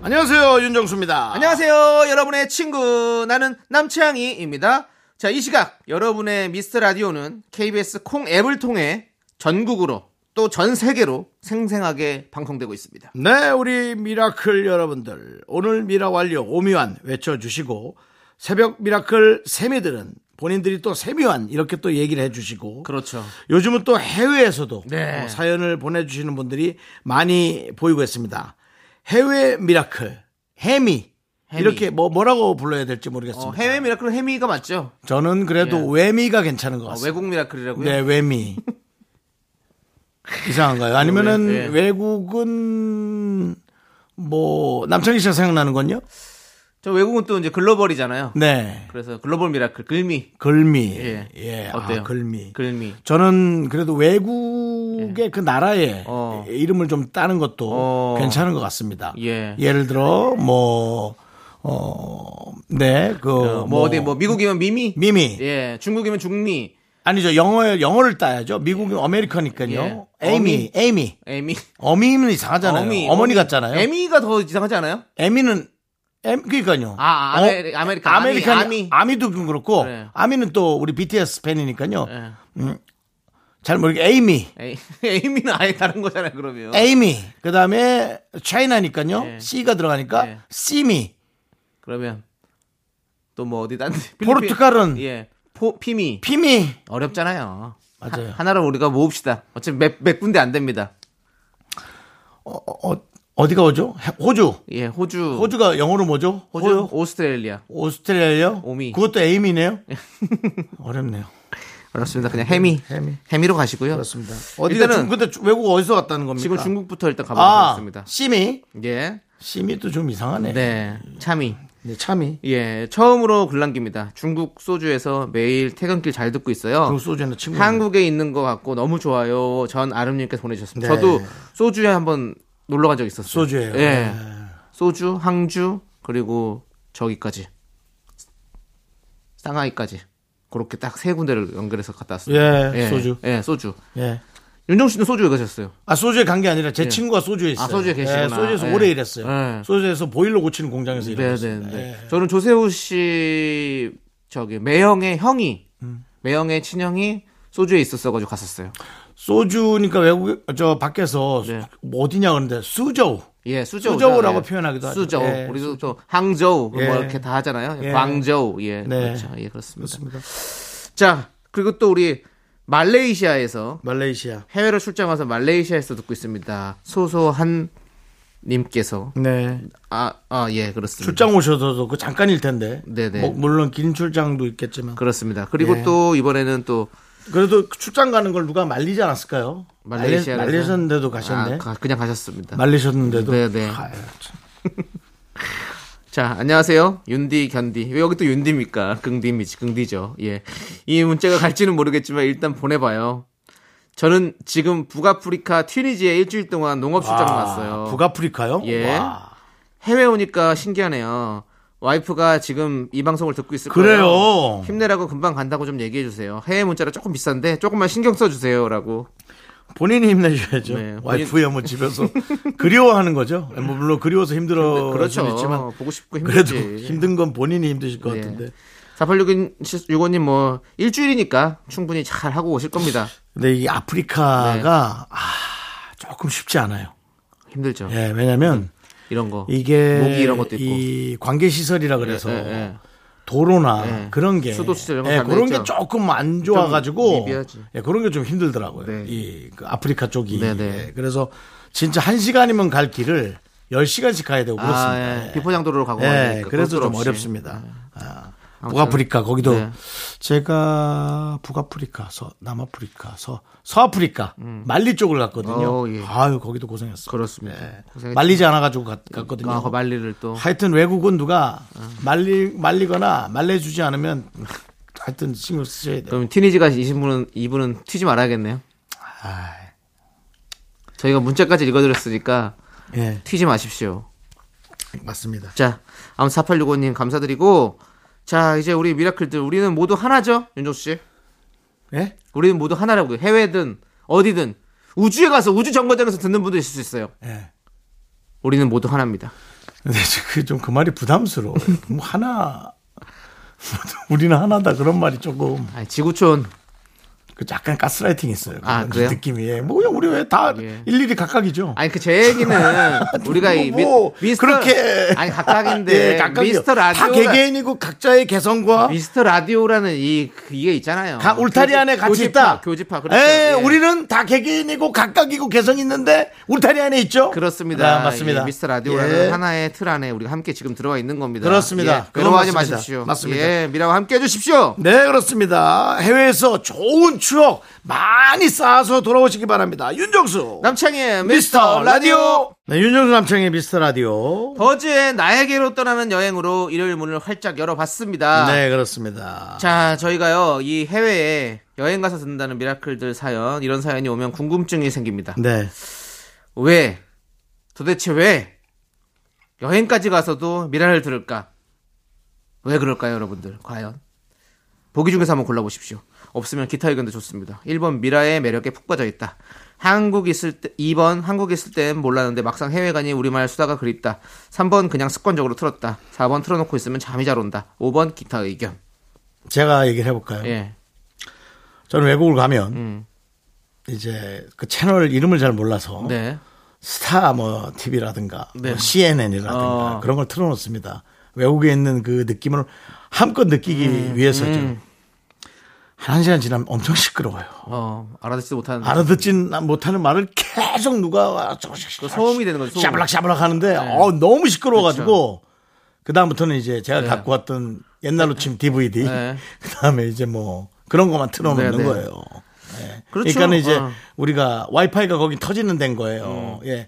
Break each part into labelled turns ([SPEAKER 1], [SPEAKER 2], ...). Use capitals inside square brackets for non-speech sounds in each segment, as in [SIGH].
[SPEAKER 1] 안녕하세요 윤정수입니다.
[SPEAKER 2] 안녕하세요, 여러분의 친구. 나는 남채양이입니다. 자, 이 시각, 여러분의 미스터 라디오는 KBS 콩 앱을 통해 전국으로 또 전 세계로 생생하게 방송되고 있습니다.
[SPEAKER 1] 네, 우리 미라클 여러분들 오늘 미라 완료 오미완 외쳐주시고 새벽 미라클 세미들은 본인들이 또 세미완 이렇게 또 얘기를 해주시고
[SPEAKER 2] 그렇죠.
[SPEAKER 1] 요즘은 또 해외에서도
[SPEAKER 2] 네.
[SPEAKER 1] 어, 사연을 보내주시는 분들이 많이 보이고 있습니다. 해외 미라클 해미,
[SPEAKER 2] 해미.
[SPEAKER 1] 이렇게 뭐 뭐라고 불러야 될지
[SPEAKER 2] 어,
[SPEAKER 1] 모르겠습니다.
[SPEAKER 2] 해외 미라클은 해미가 맞죠?
[SPEAKER 1] 저는 그래도 외미가 괜찮은 것
[SPEAKER 2] 어,
[SPEAKER 1] 같습니다.
[SPEAKER 2] 외국 미라클이라고요?
[SPEAKER 1] 네, 외미. 이상한가요? 아니면은
[SPEAKER 2] 네.
[SPEAKER 1] 외국은 뭐 남창희 씨가 생각나는 건요?
[SPEAKER 2] 저 외국은 또 이제 글로벌이잖아요.
[SPEAKER 1] 네.
[SPEAKER 2] 그래서 글로벌 미라클, 글미.
[SPEAKER 1] 글미.
[SPEAKER 2] 예.
[SPEAKER 1] 예.
[SPEAKER 2] 어때요?
[SPEAKER 1] 아, 글미.
[SPEAKER 2] 글미. 예.
[SPEAKER 1] 저는 그래도 외국의 그 나라의
[SPEAKER 2] 어.
[SPEAKER 1] 이름을 좀 따는 것도
[SPEAKER 2] 어.
[SPEAKER 1] 괜찮은 것 같습니다.
[SPEAKER 2] 예.
[SPEAKER 1] 를 들어 뭐 어, 네, 그,
[SPEAKER 2] 어, 뭐, 어디, 뭐, 미국이면 미미?
[SPEAKER 1] 미미.
[SPEAKER 2] 예. 중국이면 중미.
[SPEAKER 1] 아니죠. 영어에, 영어를 따야죠. 미국이
[SPEAKER 2] 예.
[SPEAKER 1] 아메리카니까요. 에이미, 에이미.
[SPEAKER 2] 에미.
[SPEAKER 1] 어미는 이상하잖아요.
[SPEAKER 2] 어미,
[SPEAKER 1] 어머니
[SPEAKER 2] 어미.
[SPEAKER 1] 같잖아요.
[SPEAKER 2] 에미가 더 이상하지 않아요?
[SPEAKER 1] 에미는 엠 그러니까요. 어,
[SPEAKER 2] 아, 아메리- 아메리카, 아미,
[SPEAKER 1] 아메리칸
[SPEAKER 2] 아미. 네.
[SPEAKER 1] 아미도 좀 그렇고
[SPEAKER 2] 그래.
[SPEAKER 1] 아미는 또 우리 BTS 팬이니까요.
[SPEAKER 2] 예.
[SPEAKER 1] 잘 모르게 에이미,
[SPEAKER 2] 에이, [LAUGHS] 에이미는 아예 다른 거잖아요, 그러면.
[SPEAKER 1] 에이미. 그다음에 차이나니까요.
[SPEAKER 2] 예.
[SPEAKER 1] C가 들어가니까
[SPEAKER 2] 예.
[SPEAKER 1] 씨미.
[SPEAKER 2] 그러면 또 뭐 어디 딴데 필리핀-
[SPEAKER 1] 포르투갈은?
[SPEAKER 2] 예 포, 피미
[SPEAKER 1] 피미.
[SPEAKER 2] 어렵잖아요
[SPEAKER 1] 맞아요.
[SPEAKER 2] 하, 나로 우리가 모읍시다 어차피 몇, 몇 군데 안 됩니다
[SPEAKER 1] 어, 디가 오죠? 호주.
[SPEAKER 2] 예 호주
[SPEAKER 1] 호주가 영어로 뭐죠?
[SPEAKER 2] 호주,
[SPEAKER 1] 호주?
[SPEAKER 2] 오스트레일리아
[SPEAKER 1] 오스트레일리아요?
[SPEAKER 2] 오미.
[SPEAKER 1] 그것도 에이미네요. [LAUGHS] 어렵네요.
[SPEAKER 2] 그렇습니다 그냥 해미
[SPEAKER 1] 네, 해미.
[SPEAKER 2] 해미로 가시고요
[SPEAKER 1] 그렇습니다. 어디가
[SPEAKER 2] 일단은
[SPEAKER 1] 중, 근데 외국 어디서 왔다는 겁니까?
[SPEAKER 2] 지금 중국부터 일단
[SPEAKER 1] 아,
[SPEAKER 2] 가보겠습니다
[SPEAKER 1] 씨미.
[SPEAKER 2] 예
[SPEAKER 1] 씨미도 좀 이상하네.
[SPEAKER 2] 네 참이
[SPEAKER 1] 네, 참이.
[SPEAKER 2] 예 처음으로 글랑기입니다 중국 소주에서 매일 퇴근길 잘 듣고 있어요
[SPEAKER 1] 그리고 소주 하나 친구.
[SPEAKER 2] 한국에 있는 것 같고 너무 좋아요. 전 아름님께서 보내주셨습니다.
[SPEAKER 1] 네.
[SPEAKER 2] 저도 소주에 한번 놀러 간 적 있었어요.
[SPEAKER 1] 소주예요. 네.
[SPEAKER 2] 예. 소주, 항주, 그리고 저기까지. 쌍하이까지. 그렇게 딱 세 군데를 연결해서 갔다 왔습니다.
[SPEAKER 1] 예, 소주.
[SPEAKER 2] 예, 소주.
[SPEAKER 1] 예.
[SPEAKER 2] 윤정 씨는 소주에 가셨어요.
[SPEAKER 1] 아 소주에 간 게 아니라 제 친구가 소주에 있어요.
[SPEAKER 2] 아, 소주에 계시구나.
[SPEAKER 1] 예, 소주에서
[SPEAKER 2] 예.
[SPEAKER 1] 오래 일했어요.
[SPEAKER 2] 예.
[SPEAKER 1] 소주에서 보일러 고치는 예. 공장에서
[SPEAKER 2] 네,
[SPEAKER 1] 일했어요.
[SPEAKER 2] 네, 네. 저는 조세호 씨, 저기, 매형의 형이,
[SPEAKER 1] 음.
[SPEAKER 2] 매형의 친형이 소주에 있었어가지고 갔었어요.
[SPEAKER 1] 소주니까 외국 저 밖에서
[SPEAKER 2] 네.
[SPEAKER 1] 뭐 어디냐 그러는데 수저우.
[SPEAKER 2] 예, 수저우.
[SPEAKER 1] 수저우라고 표현하기도 하죠.
[SPEAKER 2] 수저우.
[SPEAKER 1] 예,
[SPEAKER 2] 우리도 또 항저우
[SPEAKER 1] 예.
[SPEAKER 2] 뭐 이렇게 다 하잖아요.
[SPEAKER 1] 예.
[SPEAKER 2] 광저우. 예.
[SPEAKER 1] 네.
[SPEAKER 2] 그렇죠. 예, 그렇습니다.
[SPEAKER 1] 그렇습니다.
[SPEAKER 2] 자, 그리고 또 우리 말레이시아에서
[SPEAKER 1] 말레이시아.
[SPEAKER 2] 해외로 출장 와서 말레이시아에서 듣고 있습니다. 소소한 님께서
[SPEAKER 1] 네.
[SPEAKER 2] 아, 아, 예, 그렇습니다.
[SPEAKER 1] 출장 오셔서도 그 잠깐일 텐데.
[SPEAKER 2] 네, 네.
[SPEAKER 1] 뭐, 물론 긴 출장도 있겠지만.
[SPEAKER 2] 그렇습니다. 그리고
[SPEAKER 1] 예.
[SPEAKER 2] 또 이번에는 또
[SPEAKER 1] 그래도 출장 가는 걸 누가 말리지 않았을까요?
[SPEAKER 2] 말레이시아
[SPEAKER 1] 말리- 말리셨는데도 가셨네.
[SPEAKER 2] 아, 가- 그냥 가셨습니다.
[SPEAKER 1] 말리셨는데도.
[SPEAKER 2] 네, 네.
[SPEAKER 1] 아유, 참.
[SPEAKER 2] 자, 안녕하세요. 윤디, 견디. 왜 여기 또 윤디입니까? 긍디미지, 긍디죠. 예. 이 문자가 갈지는 모르겠지만 일단 보내봐요. 저는 지금 북아프리카 튀니지에 일주일 동안 농업 출장
[SPEAKER 1] 아,
[SPEAKER 2] 갔어요.
[SPEAKER 1] 북아프리카요?
[SPEAKER 2] 예.
[SPEAKER 1] 와.
[SPEAKER 2] 해외 오니까 신기하네요. 와이프가 지금 이 방송을 듣고 있을
[SPEAKER 1] 그래요.
[SPEAKER 2] 거예요. 힘내라고 금방 간다고 좀 얘기해 주세요. 해외 문자라 조금 비싼데 조금만 신경 써 주세요라고.
[SPEAKER 1] 본인이 힘내셔야죠.
[SPEAKER 2] 네,
[SPEAKER 1] 와이프야 뭐 집에서 [LAUGHS] 그리워하는 거죠. 뭐 물론 그리워서 힘들어
[SPEAKER 2] 그렇죠.
[SPEAKER 1] 그렇죠. 있지만
[SPEAKER 2] 보고 싶고
[SPEAKER 1] 그래도 [LAUGHS]
[SPEAKER 2] 힘들지. 네.
[SPEAKER 1] 힘든 건 본인이 힘드실 것 같은데.
[SPEAKER 2] 4865님 뭐 일주일이니까 충분히 잘 하고 오실 겁니다.
[SPEAKER 1] 근데 이 아프리카가
[SPEAKER 2] 네.
[SPEAKER 1] 아, 조금 쉽지 않아요.
[SPEAKER 2] 힘들죠.
[SPEAKER 1] 예, 왜냐면
[SPEAKER 2] 이런 거.
[SPEAKER 1] 이게
[SPEAKER 2] 모기 이런 것도 있고.
[SPEAKER 1] 이 관계 시설이라 그래서
[SPEAKER 2] 예, 예.
[SPEAKER 1] 도로나
[SPEAKER 2] 예.
[SPEAKER 1] 그런 게
[SPEAKER 2] 수도 시설 이런 거
[SPEAKER 1] 예,
[SPEAKER 2] 다
[SPEAKER 1] 그런 게
[SPEAKER 2] 있죠.
[SPEAKER 1] 조금 안 좋아 가지고
[SPEAKER 2] 미비하지.
[SPEAKER 1] 예, 그런 게 좀 힘들더라고요.
[SPEAKER 2] 네.
[SPEAKER 1] 이그 아프리카 쪽이.
[SPEAKER 2] 네, 네.
[SPEAKER 1] 예, 그래서 진짜 한시간이면갈 길을 10시간씩 가야 되고 그렇습니다.
[SPEAKER 2] 아,
[SPEAKER 1] 예.
[SPEAKER 2] 예. 비포장도로로 가고
[SPEAKER 1] 예,
[SPEAKER 2] 하니까
[SPEAKER 1] 그래서
[SPEAKER 2] 그것도
[SPEAKER 1] 좀
[SPEAKER 2] 없이.
[SPEAKER 1] 어렵습니다. 아, 북아프리카 거기도
[SPEAKER 2] 네.
[SPEAKER 1] 제가 북아프리카, 서 남아프리카, 서 서아프리카 말리 쪽을 갔거든요.
[SPEAKER 2] 음. 어, 예.
[SPEAKER 1] 아유 거기도 고생했어.
[SPEAKER 2] 그렇습니다. 고생했죠.
[SPEAKER 1] 예. 말리지 않아 가지고 갔거든요.
[SPEAKER 2] 아, 그 말리를 어. 또.
[SPEAKER 1] 하여튼 외국은 누가 말리 말리거나 말려주지 않으면 하여튼 신경 쓰셔야 돼요.
[SPEAKER 2] 그럼 티니지가 이신 분은 이분은 튀지 말아야겠네요.
[SPEAKER 1] 아,
[SPEAKER 2] 저희가 문자까지 읽어드렸으니까
[SPEAKER 1] 예,
[SPEAKER 2] 튀지 마십시오.
[SPEAKER 1] 맞습니다.
[SPEAKER 2] 자, 아무튼 4865님 감사드리고 자, 이제 우리 미라클들 우리는 모두 하나죠. 윤종수 씨.
[SPEAKER 1] 예?
[SPEAKER 2] 우리는 모두 하나라고요. 해외든 어디든 우주에 가서 우주 정거장에서 듣는 분도 있을 수 있어요.
[SPEAKER 1] 예.
[SPEAKER 2] 우리는 모두 하나입니다.
[SPEAKER 1] 근데 좀그 그 말이 부담스러워. 뭐 하나 [LAUGHS] 우리는 하나다 그런 말이 조금
[SPEAKER 2] 아니, 지구촌
[SPEAKER 1] 그 약간 가스라이팅 있어요.
[SPEAKER 2] 아,
[SPEAKER 1] 그런
[SPEAKER 2] 그래요?
[SPEAKER 1] 느낌이 예. 뭐 그냥 우리 왜 다
[SPEAKER 2] 예.
[SPEAKER 1] 일일이 각각이죠.
[SPEAKER 2] 아니 그
[SPEAKER 1] [LAUGHS]
[SPEAKER 2] 제 얘기는 우리가 그러니까 이 미,
[SPEAKER 1] 뭐,
[SPEAKER 2] 미스터
[SPEAKER 1] 그렇게
[SPEAKER 2] 아니 각각인데
[SPEAKER 1] [LAUGHS] 예, 각각이요.
[SPEAKER 2] 미스터
[SPEAKER 1] 다
[SPEAKER 2] 라디오
[SPEAKER 1] 개개인이고 각자의 개성과
[SPEAKER 2] 미스터 라디오라는 이 그게 있잖아요.
[SPEAKER 1] 가- 울타리 안에 같이 있다.
[SPEAKER 2] 교집합. 그렇죠.
[SPEAKER 1] 예,
[SPEAKER 2] 예.
[SPEAKER 1] 우리는 다 개개인이고 각각이고 개성 있는데 울타리 안에 있죠.
[SPEAKER 2] 그렇습니다.
[SPEAKER 1] 아, 맞습니다.
[SPEAKER 2] 이 미스터 라디오라는
[SPEAKER 1] 예.
[SPEAKER 2] 하나의 틀 안에 우리가 함께 지금 들어와 있는 겁니다.
[SPEAKER 1] 그렇습니다.
[SPEAKER 2] 예, 괴로워하지
[SPEAKER 1] 그건 맞습니다.
[SPEAKER 2] 마십시오.
[SPEAKER 1] 맞습니다.
[SPEAKER 2] 예, 미라와 함께 해주십시오.
[SPEAKER 1] 네, 그렇습니다. 해외에서 좋은 추억 많이 쌓아서 돌아오시기 바랍니다. 윤정수.
[SPEAKER 2] 남창희의 미스터 라디오.
[SPEAKER 1] 네, 윤정수 남창의 미스터 라디오.
[SPEAKER 2] 버즈의 나에게로 떠나는 여행으로 일요일 문을 활짝 열어봤습니다.
[SPEAKER 1] 네, 그렇습니다.
[SPEAKER 2] 아. 자, 저희가요, 이 해외에 여행 가서 듣는다는 미라클들 사연, 이런 사연이 오면 궁금증이 생깁니다.
[SPEAKER 1] 네.
[SPEAKER 2] 왜? 도대체 왜? 여행까지 가서도 미라를 들을까? 왜 그럴까요, 여러분들? 과연? 보기 중에서 한번 골라보십시오. 없으면 기타 의견도 좋습니다. 1번 미라의 매력에 푹 빠져 있다. 한국 있을 때, 2번 한국 있을 땐 몰랐는데 막상 해외 가니 우리말 수다가 그립다. 3번 그냥 습관적으로 틀었다. 4번 틀어놓고 있으면 잠이 잘 온다. 5번 기타 의견.
[SPEAKER 1] 제가 얘기를 해볼까요?
[SPEAKER 2] 예. 음.
[SPEAKER 1] 저는 외국을 가면 이제 그 채널 이름을 잘 몰라서
[SPEAKER 2] 네.
[SPEAKER 1] 스타 뭐 TV라든가
[SPEAKER 2] 네.
[SPEAKER 1] CNN이라든가
[SPEAKER 2] 어.
[SPEAKER 1] 그런 걸 틀어놓습니다. 외국에 있는 그 느낌을 한껏 느끼기
[SPEAKER 2] 음,
[SPEAKER 1] 위해서죠. 한, 한 시간 지나면 엄청 시끄러워요.
[SPEAKER 2] 어, 알아듣지도 못하는데.
[SPEAKER 1] 알아듣진 못하는 말을 계속 누가
[SPEAKER 2] 그 소음이 되는 거죠, 소음. 네. 그렇죠.
[SPEAKER 1] 샤블락샤블락 하는데 어 너무 시끄러워가지고 그 다음부터는 이제 제가 갖고 왔던 옛날로 치면 DVD
[SPEAKER 2] 네.
[SPEAKER 1] 그 다음에 이제 뭐 그런 것만 틀어놓는
[SPEAKER 2] 네, 네.
[SPEAKER 1] 거예요.
[SPEAKER 2] 그렇죠.
[SPEAKER 1] 그러니까 는 이제
[SPEAKER 2] 어. 음.
[SPEAKER 1] 우리가 와이파이가 거기 터지는 데인 거예요. 예.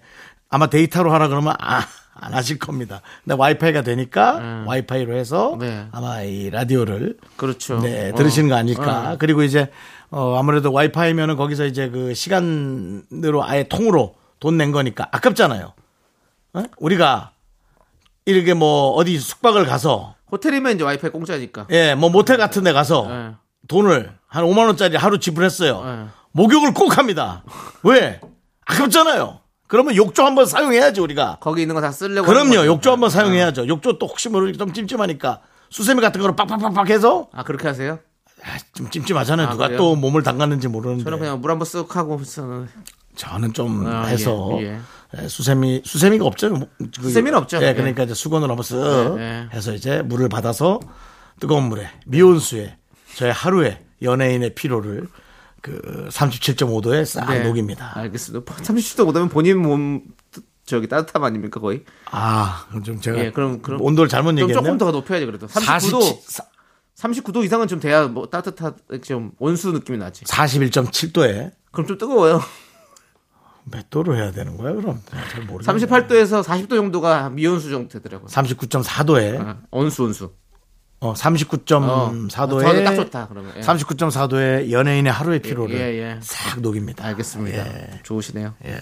[SPEAKER 1] 아마 데이터로 하라 그러면 아, 안 하실 겁니다. 근데 와이파이가 되니까 와이파이로 해서
[SPEAKER 2] 음. 네.
[SPEAKER 1] 아마 이 라디오를
[SPEAKER 2] 그렇죠.
[SPEAKER 1] 네,
[SPEAKER 2] 어.
[SPEAKER 1] 들으시는 거 아닐까. 그리고 이제 어, 아무래도 와이파이면은 거기서 이제 그 시간으로 아예 통으로 돈 낸 거니까 아깝잖아요. 어? 우리가 이렇게 뭐 어디 숙박을 가서
[SPEAKER 2] 호텔이면 이제 와이파이 공짜니까.
[SPEAKER 1] 예, 뭐 모텔 같은 데 가서
[SPEAKER 2] 네.
[SPEAKER 1] 돈을 한 5만 원짜리 하루 지불했어요.
[SPEAKER 2] 네.
[SPEAKER 1] 목욕을 꼭 합니다. 왜? 아깝잖아요. 그러면 욕조 한번 사용해야지 우리가.
[SPEAKER 2] 거기 있는 거 다 쓰려고. 하는
[SPEAKER 1] 그럼요.
[SPEAKER 2] 거죠.
[SPEAKER 1] 욕조 한번 사용해야죠. 욕조 또 혹시 모르게 좀 찜찜하니까 수세미 같은 거로 빡빡빡빡 해서
[SPEAKER 2] 아, 그렇게 하세요?
[SPEAKER 1] 아, 좀 찜찜하잖아요.
[SPEAKER 2] 아,
[SPEAKER 1] 누가
[SPEAKER 2] 그래요?
[SPEAKER 1] 또 몸을 담갔는지 모르는데.
[SPEAKER 2] 저는
[SPEAKER 1] 저는,
[SPEAKER 2] 그냥 물 한 번 쓱 하고 쓰는.
[SPEAKER 1] 좀
[SPEAKER 2] 아,
[SPEAKER 1] 해서
[SPEAKER 2] 예,
[SPEAKER 1] 예, 수세미 수세미가 없죠. 그-
[SPEAKER 2] 수세미는 없죠.
[SPEAKER 1] 예,
[SPEAKER 2] 예.
[SPEAKER 1] 그러니까 이제 수건으로 한번 쓱
[SPEAKER 2] 예, 예.
[SPEAKER 1] 해서 이제 물을 받아서 뜨거운 물에 미온수에 저의 하루에 연예인의 피로를 그 37.5도에 싹
[SPEAKER 2] 네.
[SPEAKER 1] 아, 녹입니다.
[SPEAKER 2] 알겠습니다. 뭐, 30도 못하면 본인 몸 뜨- 저기 따뜻함 아닙니까 거의?
[SPEAKER 1] 아, 그럼 좀 제가
[SPEAKER 2] 예, 그럼 그럼
[SPEAKER 1] 온도를 잘못
[SPEAKER 2] 좀
[SPEAKER 1] 얘기했네요.
[SPEAKER 2] 조금 더 높여야지 그래도. 39도 39도 이상은 좀 돼야 뭐 따뜻한 좀 온수 느낌이 나지.
[SPEAKER 1] 41.7도에
[SPEAKER 2] 그럼 좀 뜨거워요.
[SPEAKER 1] 몇 도로 해야 되는 거야? 그럼 잘 모르겠네.
[SPEAKER 2] 38도에서 40도 정도가 미온수 정도 되더라고요.
[SPEAKER 1] 39.4도에
[SPEAKER 2] 아, 온수 온수.
[SPEAKER 1] 어,
[SPEAKER 2] 어.
[SPEAKER 1] 39.4도에
[SPEAKER 2] 저는 딱 좋다 그러면. 예.
[SPEAKER 1] 39.4도에 연예인의 하루의 피로를
[SPEAKER 2] 예, 예.
[SPEAKER 1] 싹 녹입니다.
[SPEAKER 2] 알겠습니다. 좋으시네요.
[SPEAKER 1] 예.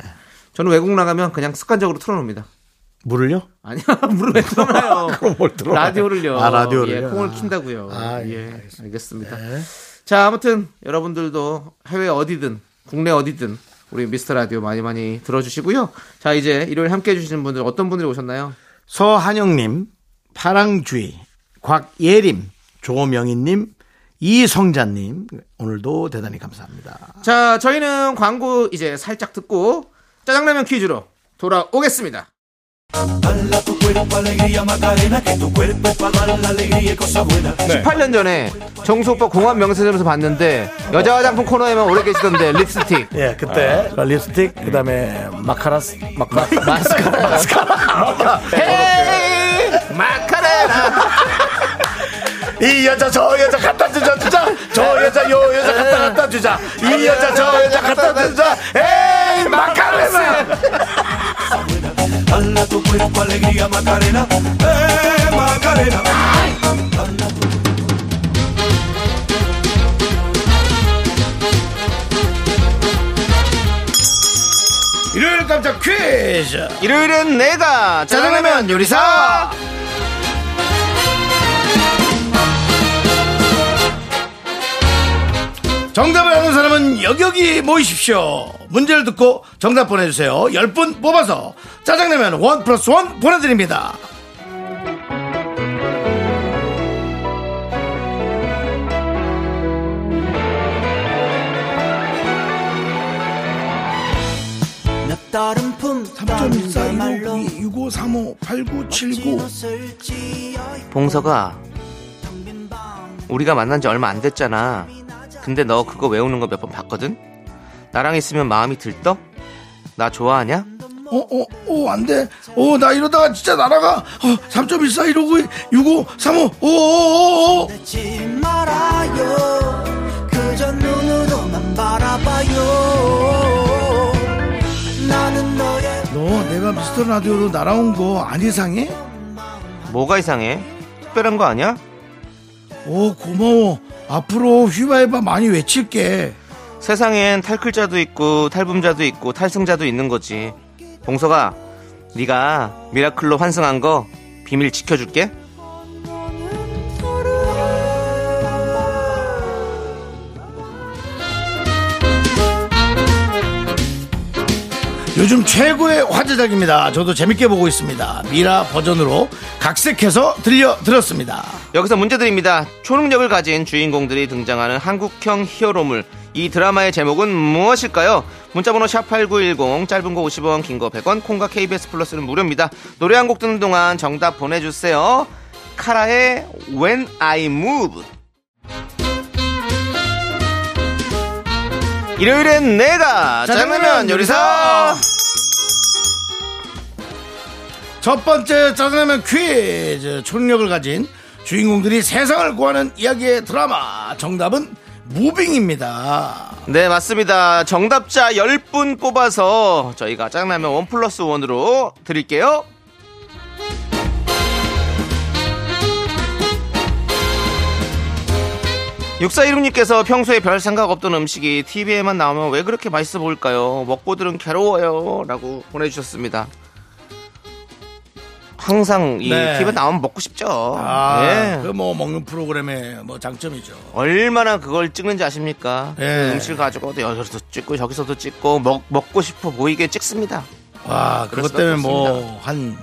[SPEAKER 2] 저는 외국 나가면 그냥 습관적으로 틀어놓습니다.
[SPEAKER 1] 물을요?
[SPEAKER 2] 아니요, [LAUGHS] 물을 왜 틀어놔요?
[SPEAKER 1] [LAUGHS] 그럼 뭘 틀어놔요?
[SPEAKER 2] 라디오를요.
[SPEAKER 1] 아, 라디오를요?
[SPEAKER 2] 예, 콩을
[SPEAKER 1] 아.
[SPEAKER 2] 킨다고요.
[SPEAKER 1] 아, 예, 네.
[SPEAKER 2] 예, 알겠습니다. 자, 아무튼 여러분들도 해외 어디든 국내 어디든 우리 미스터 라디오 많이 많이 들어주시고요. 자, 이제 일요일 함께 해주시는 분들 어떤 분들이 오셨나요?
[SPEAKER 1] 서한영님, 파랑주의, 곽예림, 조명희님, 이성자님 오늘도 대단히 감사합니다.
[SPEAKER 2] 자, 저희는 광고 이제 살짝 듣고 짜장라면 퀴즈로 돌아오겠습니다.
[SPEAKER 3] 네.
[SPEAKER 2] 18년 전에 정수 오빠 공항 명세점에서 봤는데 여자 화장품 코너에만 오래 계시던데 립스틱.
[SPEAKER 1] 예, 그때 그 립스틱, 그 다음에 마카라스, 마카라,
[SPEAKER 2] 마스카라.
[SPEAKER 1] 마스카라.
[SPEAKER 2] 헤이 마카레라
[SPEAKER 1] 이 여자 저 여자 갖다 주자 주자 저 여자 요 여자 갖다 갖다 주자 이 여자 저 여자 갖다 주자 에이 마카레나
[SPEAKER 4] Dala tu cuerpo alegría Macarena, eh Macarena.
[SPEAKER 1] 일요일 깜짝 퀴즈
[SPEAKER 2] 일요일은 내가 짜장라면 요리사.
[SPEAKER 1] 정답을 아는 사람은 여기여기 모이십시오 문제를 듣고 정답 보내주세요 10분 뽑아서 짜장라면 원 플러스 원 보내드립니다
[SPEAKER 5] 몇 달은 품
[SPEAKER 1] 3.41625358979
[SPEAKER 2] 봉서가 우리가 만난 지 얼마 안 됐잖아. 근데 너 그거 외우는 거 몇 번 봤거든? 나랑 있으면 마음이 들떠? 나 좋아하냐?
[SPEAKER 1] 어, 어, 어, 안 돼. 어, 나 이러다가 진짜 날아가. 어, 3.14, 1 5 6 5 3 5 오, 어, 오, 오, 오.
[SPEAKER 5] 지 말아요 그저 눈으로만 바라봐요 나는 너의
[SPEAKER 1] 너 내가 미스터 라디오로 날아온 거 안 이상해?
[SPEAKER 2] 뭐가 이상해? 특별한 거 아니야?
[SPEAKER 1] 오, 고마워. 앞으로 휘바이바 많이 외칠게.
[SPEAKER 2] 세상엔 탈클자도 있고 탈붐자도 있고 탈승자도 있는 거지. 봉서가 네가 미라클로 환승한 거 비밀 지켜줄게.
[SPEAKER 1] 요즘 최고의 화제작입니다. 저도 재밌게 보고 있습니다. 미라 버전으로 각색해서 들려드렸습니다.
[SPEAKER 2] 여기서 문제 드립니다. 초능력을 가진 주인공들이 등장하는 한국형 히어로물. 이 드라마의 제목은 무엇일까요? 문자번호 샵8910, 짧은 거 50원, 긴 거 100원, 콩과 KBS 플러스는 무료입니다. 노래 한 곡 듣는 동안 정답 보내주세요. 카라의 When I Move. 일요일엔 내가 아, 짜장라면 요리사!
[SPEAKER 1] 첫 번째 짜장라면 퀴즈. 초능력을 가진 주인공들이 세상을 구하는 이야기의 드라마. 정답은 무빙입니다.
[SPEAKER 2] 네, 맞습니다. 정답자 10분 뽑아서 저희가 짜장라면 원 플러스 원으로 드릴게요. 육사일육님께서 평소에 별 생각 없던 음식이 TV에만 나오면 왜 그렇게 맛있어 보일까요? 먹고들은 괴로워요. 라고 보내주셨습니다. 항상 이
[SPEAKER 1] 네.
[SPEAKER 2] TV에 나오면 먹고 싶죠.
[SPEAKER 1] 아,
[SPEAKER 2] 예.
[SPEAKER 1] 그 뭐 먹는 프로그램의 뭐 장점이죠.
[SPEAKER 2] 얼마나 그걸 찍는지 아십니까?
[SPEAKER 1] 예.
[SPEAKER 2] 그 음식을 가지고도 여기서도 찍고 저기서도 찍고 먹, 먹고 싶어 보이게 찍습니다.
[SPEAKER 1] 와, 그것
[SPEAKER 2] 그렇습니다.
[SPEAKER 1] 때문에 뭐 한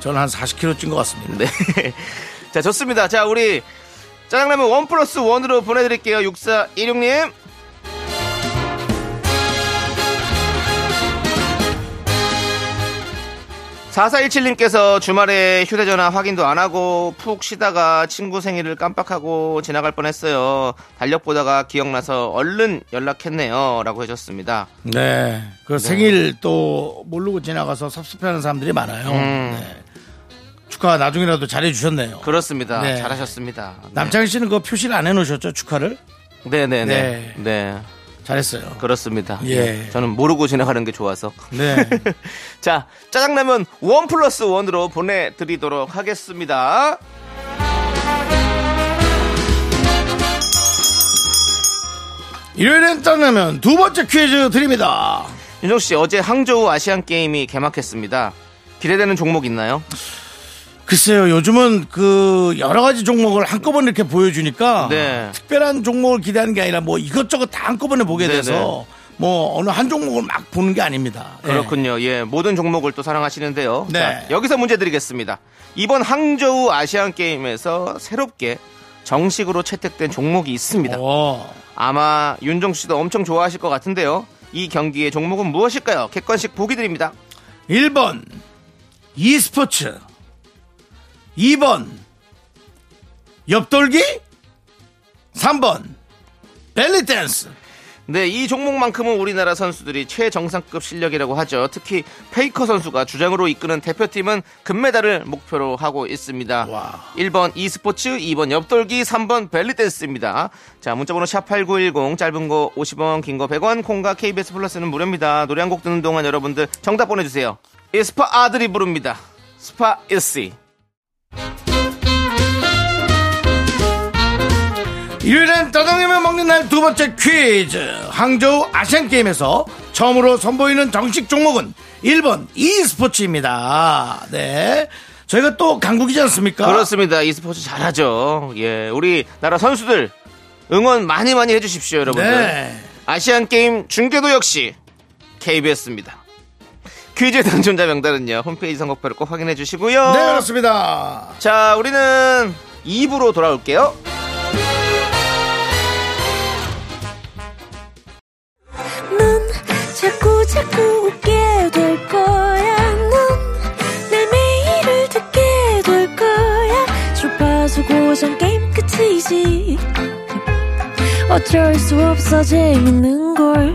[SPEAKER 1] 저는 한 40kg 찐 것 같습니다.
[SPEAKER 2] 네. [LAUGHS] 자, 좋습니다. 자, 우리 짜장라면 원 플러스 원으로 보내드릴게요. 6416님. 사사일칠님께서 주말에 휴대전화 확인도 안 하고 푹 쉬다가 친구 생일을 깜빡하고 지나갈 뻔했어요. 달력 보다가 기억나서 얼른 연락했네요. 라고 해줬습니다.
[SPEAKER 1] 네. 그 생일 또 모르고 지나가서 섭섭해하는 사람들이 많아요. 네. 축하 나중이라도 잘해 주셨네요.
[SPEAKER 2] 그렇습니다.
[SPEAKER 1] 네.
[SPEAKER 2] 잘하셨습니다.
[SPEAKER 1] 남창희 씨는 그 표시를 안 해놓으셨죠? 축하를
[SPEAKER 2] 네네네.
[SPEAKER 1] 네.
[SPEAKER 2] 네. [LAUGHS]
[SPEAKER 1] 잘했어요.
[SPEAKER 2] 그렇습니다. 네.
[SPEAKER 1] 예.
[SPEAKER 2] 저는 모르고 지나가는 게 좋아서.
[SPEAKER 1] 네.
[SPEAKER 2] [LAUGHS] 자, 짜장라면 원 플러스 원으로 보내드리도록 하겠습니다.
[SPEAKER 1] 일요일엔 짜장라면 두 번째 퀴즈 드립니다.
[SPEAKER 2] 윤종 씨, 어제 항저우 아시안 게임이 개막했습니다. 기대되는 종목 있나요?
[SPEAKER 1] 글쎄요, 요즘은 그 여러 가지 종목을 한꺼번에 이렇게 보여주니까
[SPEAKER 2] 네.
[SPEAKER 1] 특별한 종목을 기대하는 게 아니라 뭐 이것저것 다 한꺼번에 보게
[SPEAKER 2] 네네.
[SPEAKER 1] 돼서 뭐 어느 한 종목을 막 보는 게 아닙니다. 예.
[SPEAKER 2] 그렇군요. 예, 모든 종목을 또 사랑하시는데요.
[SPEAKER 1] 네.
[SPEAKER 2] 자, 여기서 문제 드리겠습니다. 이번 항저우 아시안 게임에서 새롭게 정식으로 채택된 종목이 있습니다.
[SPEAKER 1] 어,
[SPEAKER 2] 아마 윤종 씨도 엄청 좋아하실 것 같은데요. 이 경기의 종목은 무엇일까요? 객관식 보기 드립니다.
[SPEAKER 1] 1번 e스포츠 2번 옆돌기 3번 벨리댄스
[SPEAKER 2] 네, 이 종목만큼은 우리나라 선수들이 최정상급 실력이라고 하죠. 특히 페이커 선수가 주장으로 이끄는 대표팀은 금메달을 목표로 하고 있습니다.
[SPEAKER 6] 와.
[SPEAKER 2] 1번 e스포츠, 2번 엽돌기, 3번 벨리댄스입니다. 자, 문자번호 샵8910, 짧은 거 50원, 긴 거 100원, 콩과 KBS 플러스는 무료입니다. 노래 한 곡 듣는 동안 여러분들 정답 보내주세요. 에스파 아들이 부릅니다. 스파 에시.
[SPEAKER 6] 일요일엔 짜장라면 먹는 날 두 번째 퀴즈. 항저우 아시안게임에서 처음으로 선보이는 정식 종목은 1번 e스포츠입니다. 네. 저희가 또 강국이지 않습니까?
[SPEAKER 2] 그렇습니다. e스포츠 잘하죠. 예, 우리 나라 선수들 응원 많이 많이 해주십시오, 여러분들.
[SPEAKER 6] 네.
[SPEAKER 2] 아시안 게임 중계도 역시 KBS입니다. 퀴즈 당첨자 명단은요 홈페이지 선곡표를 꼭 확인해 주시고요.
[SPEAKER 6] 네, 그렇습니다.
[SPEAKER 2] 자, 우리는 2부로 돌아올게요.
[SPEAKER 7] 넌 자꾸 자꾸 웃게 될 거야. 넌내 매일을 듣게 될 거야. 주파수 고정 게임 끝이지. 어쩔 수 없어 재밌는 걸.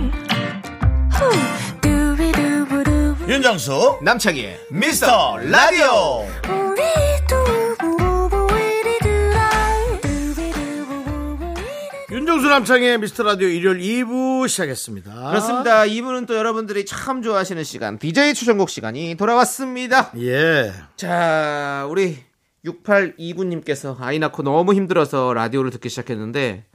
[SPEAKER 7] 후. 두비두부두부.
[SPEAKER 6] 윤정수,
[SPEAKER 2] 남창희.
[SPEAKER 6] 미스터 라디오.
[SPEAKER 7] 우리 두부부부 우리 두라. 두비두부부부 우리
[SPEAKER 1] 윤정수 남창의 미스터 라디오 일요일 2부 시작했습니다.
[SPEAKER 2] 아. 그렇습니다. 2부는 또 여러분들이 참 좋아하시는 시간, DJ 추천곡 시간이 돌아왔습니다.
[SPEAKER 1] 예.
[SPEAKER 2] 자, 우리 6829님께서 아이 낳고 너무 힘들어서 라디오를 듣기 시작했는데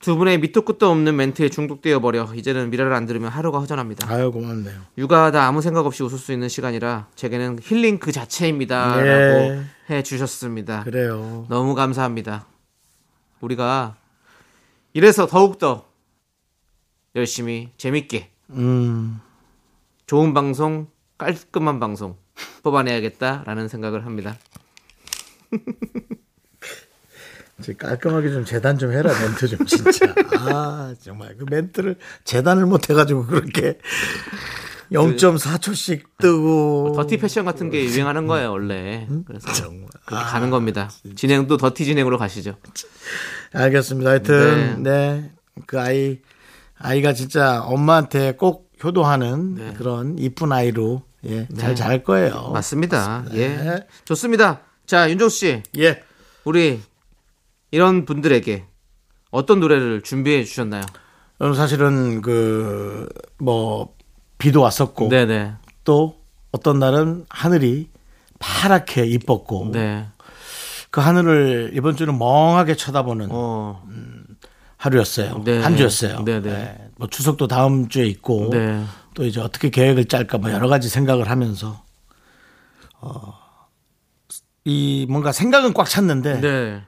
[SPEAKER 2] 두 분의 밑도 끝도 없는 멘트에 중독되어 버려 이제는 미라를 안 들으면 하루가 허전합니다.
[SPEAKER 1] 아유 고맙네요.
[SPEAKER 2] 육아하다 아무 생각 없이 웃을 수 있는 시간이라 제게는 힐링 그 자체입니다라고
[SPEAKER 1] 네.
[SPEAKER 2] 해 주셨습니다.
[SPEAKER 1] 그래요.
[SPEAKER 2] 너무 감사합니다. 우리가 이래서 더욱더 열심히 재밌게 음. 좋은 방송 깔끔한 방송 뽑아내야겠다라는 생각을 합니다.
[SPEAKER 1] 이제 깔끔하게 좀 재단 좀 해라 멘트 좀
[SPEAKER 2] [LAUGHS]
[SPEAKER 1] 진짜. 아 정말 그 멘트를 재단을 못 해가지고 그렇게 0.4초씩 뜨고.
[SPEAKER 2] 뭐 더티 패션 같은 게 유행하는 거예요 원래. 그래서 그렇게 가는 겁니다. 음? 아, 진행도 더티 진행으로 가시죠.
[SPEAKER 1] 알겠습니다. 하여튼 네. 그 아이 아이가 진짜 엄마한테 꼭 효도하는 그런 이쁜 아이로 예, 잘 자랄 거예요.
[SPEAKER 2] 네. 맞습니다. 예,
[SPEAKER 1] 네.
[SPEAKER 2] 좋습니다. 자 윤종 씨,
[SPEAKER 1] 예.
[SPEAKER 2] 우리 이런 분들에게 어떤 노래를 준비해 주셨나요?
[SPEAKER 1] 그럼 사실은 그 뭐 비도 왔었고
[SPEAKER 2] 네네.
[SPEAKER 1] 또 어떤 날은 하늘이 파랗게 이뻤고
[SPEAKER 2] 네.
[SPEAKER 1] 그 하늘을 이번 주는 멍하게 쳐다보는
[SPEAKER 2] 어.
[SPEAKER 1] 하루였어요.
[SPEAKER 2] 네.
[SPEAKER 1] 한 주였어요.
[SPEAKER 2] 네, 네.
[SPEAKER 1] 뭐 추석도 다음 주에 있고
[SPEAKER 2] 네.
[SPEAKER 1] 또 이제 어떻게 계획을 짤까 뭐 여러 가지 생각을 하면서 어, 이 뭔가 생각은 꽉 찼는데
[SPEAKER 2] 네.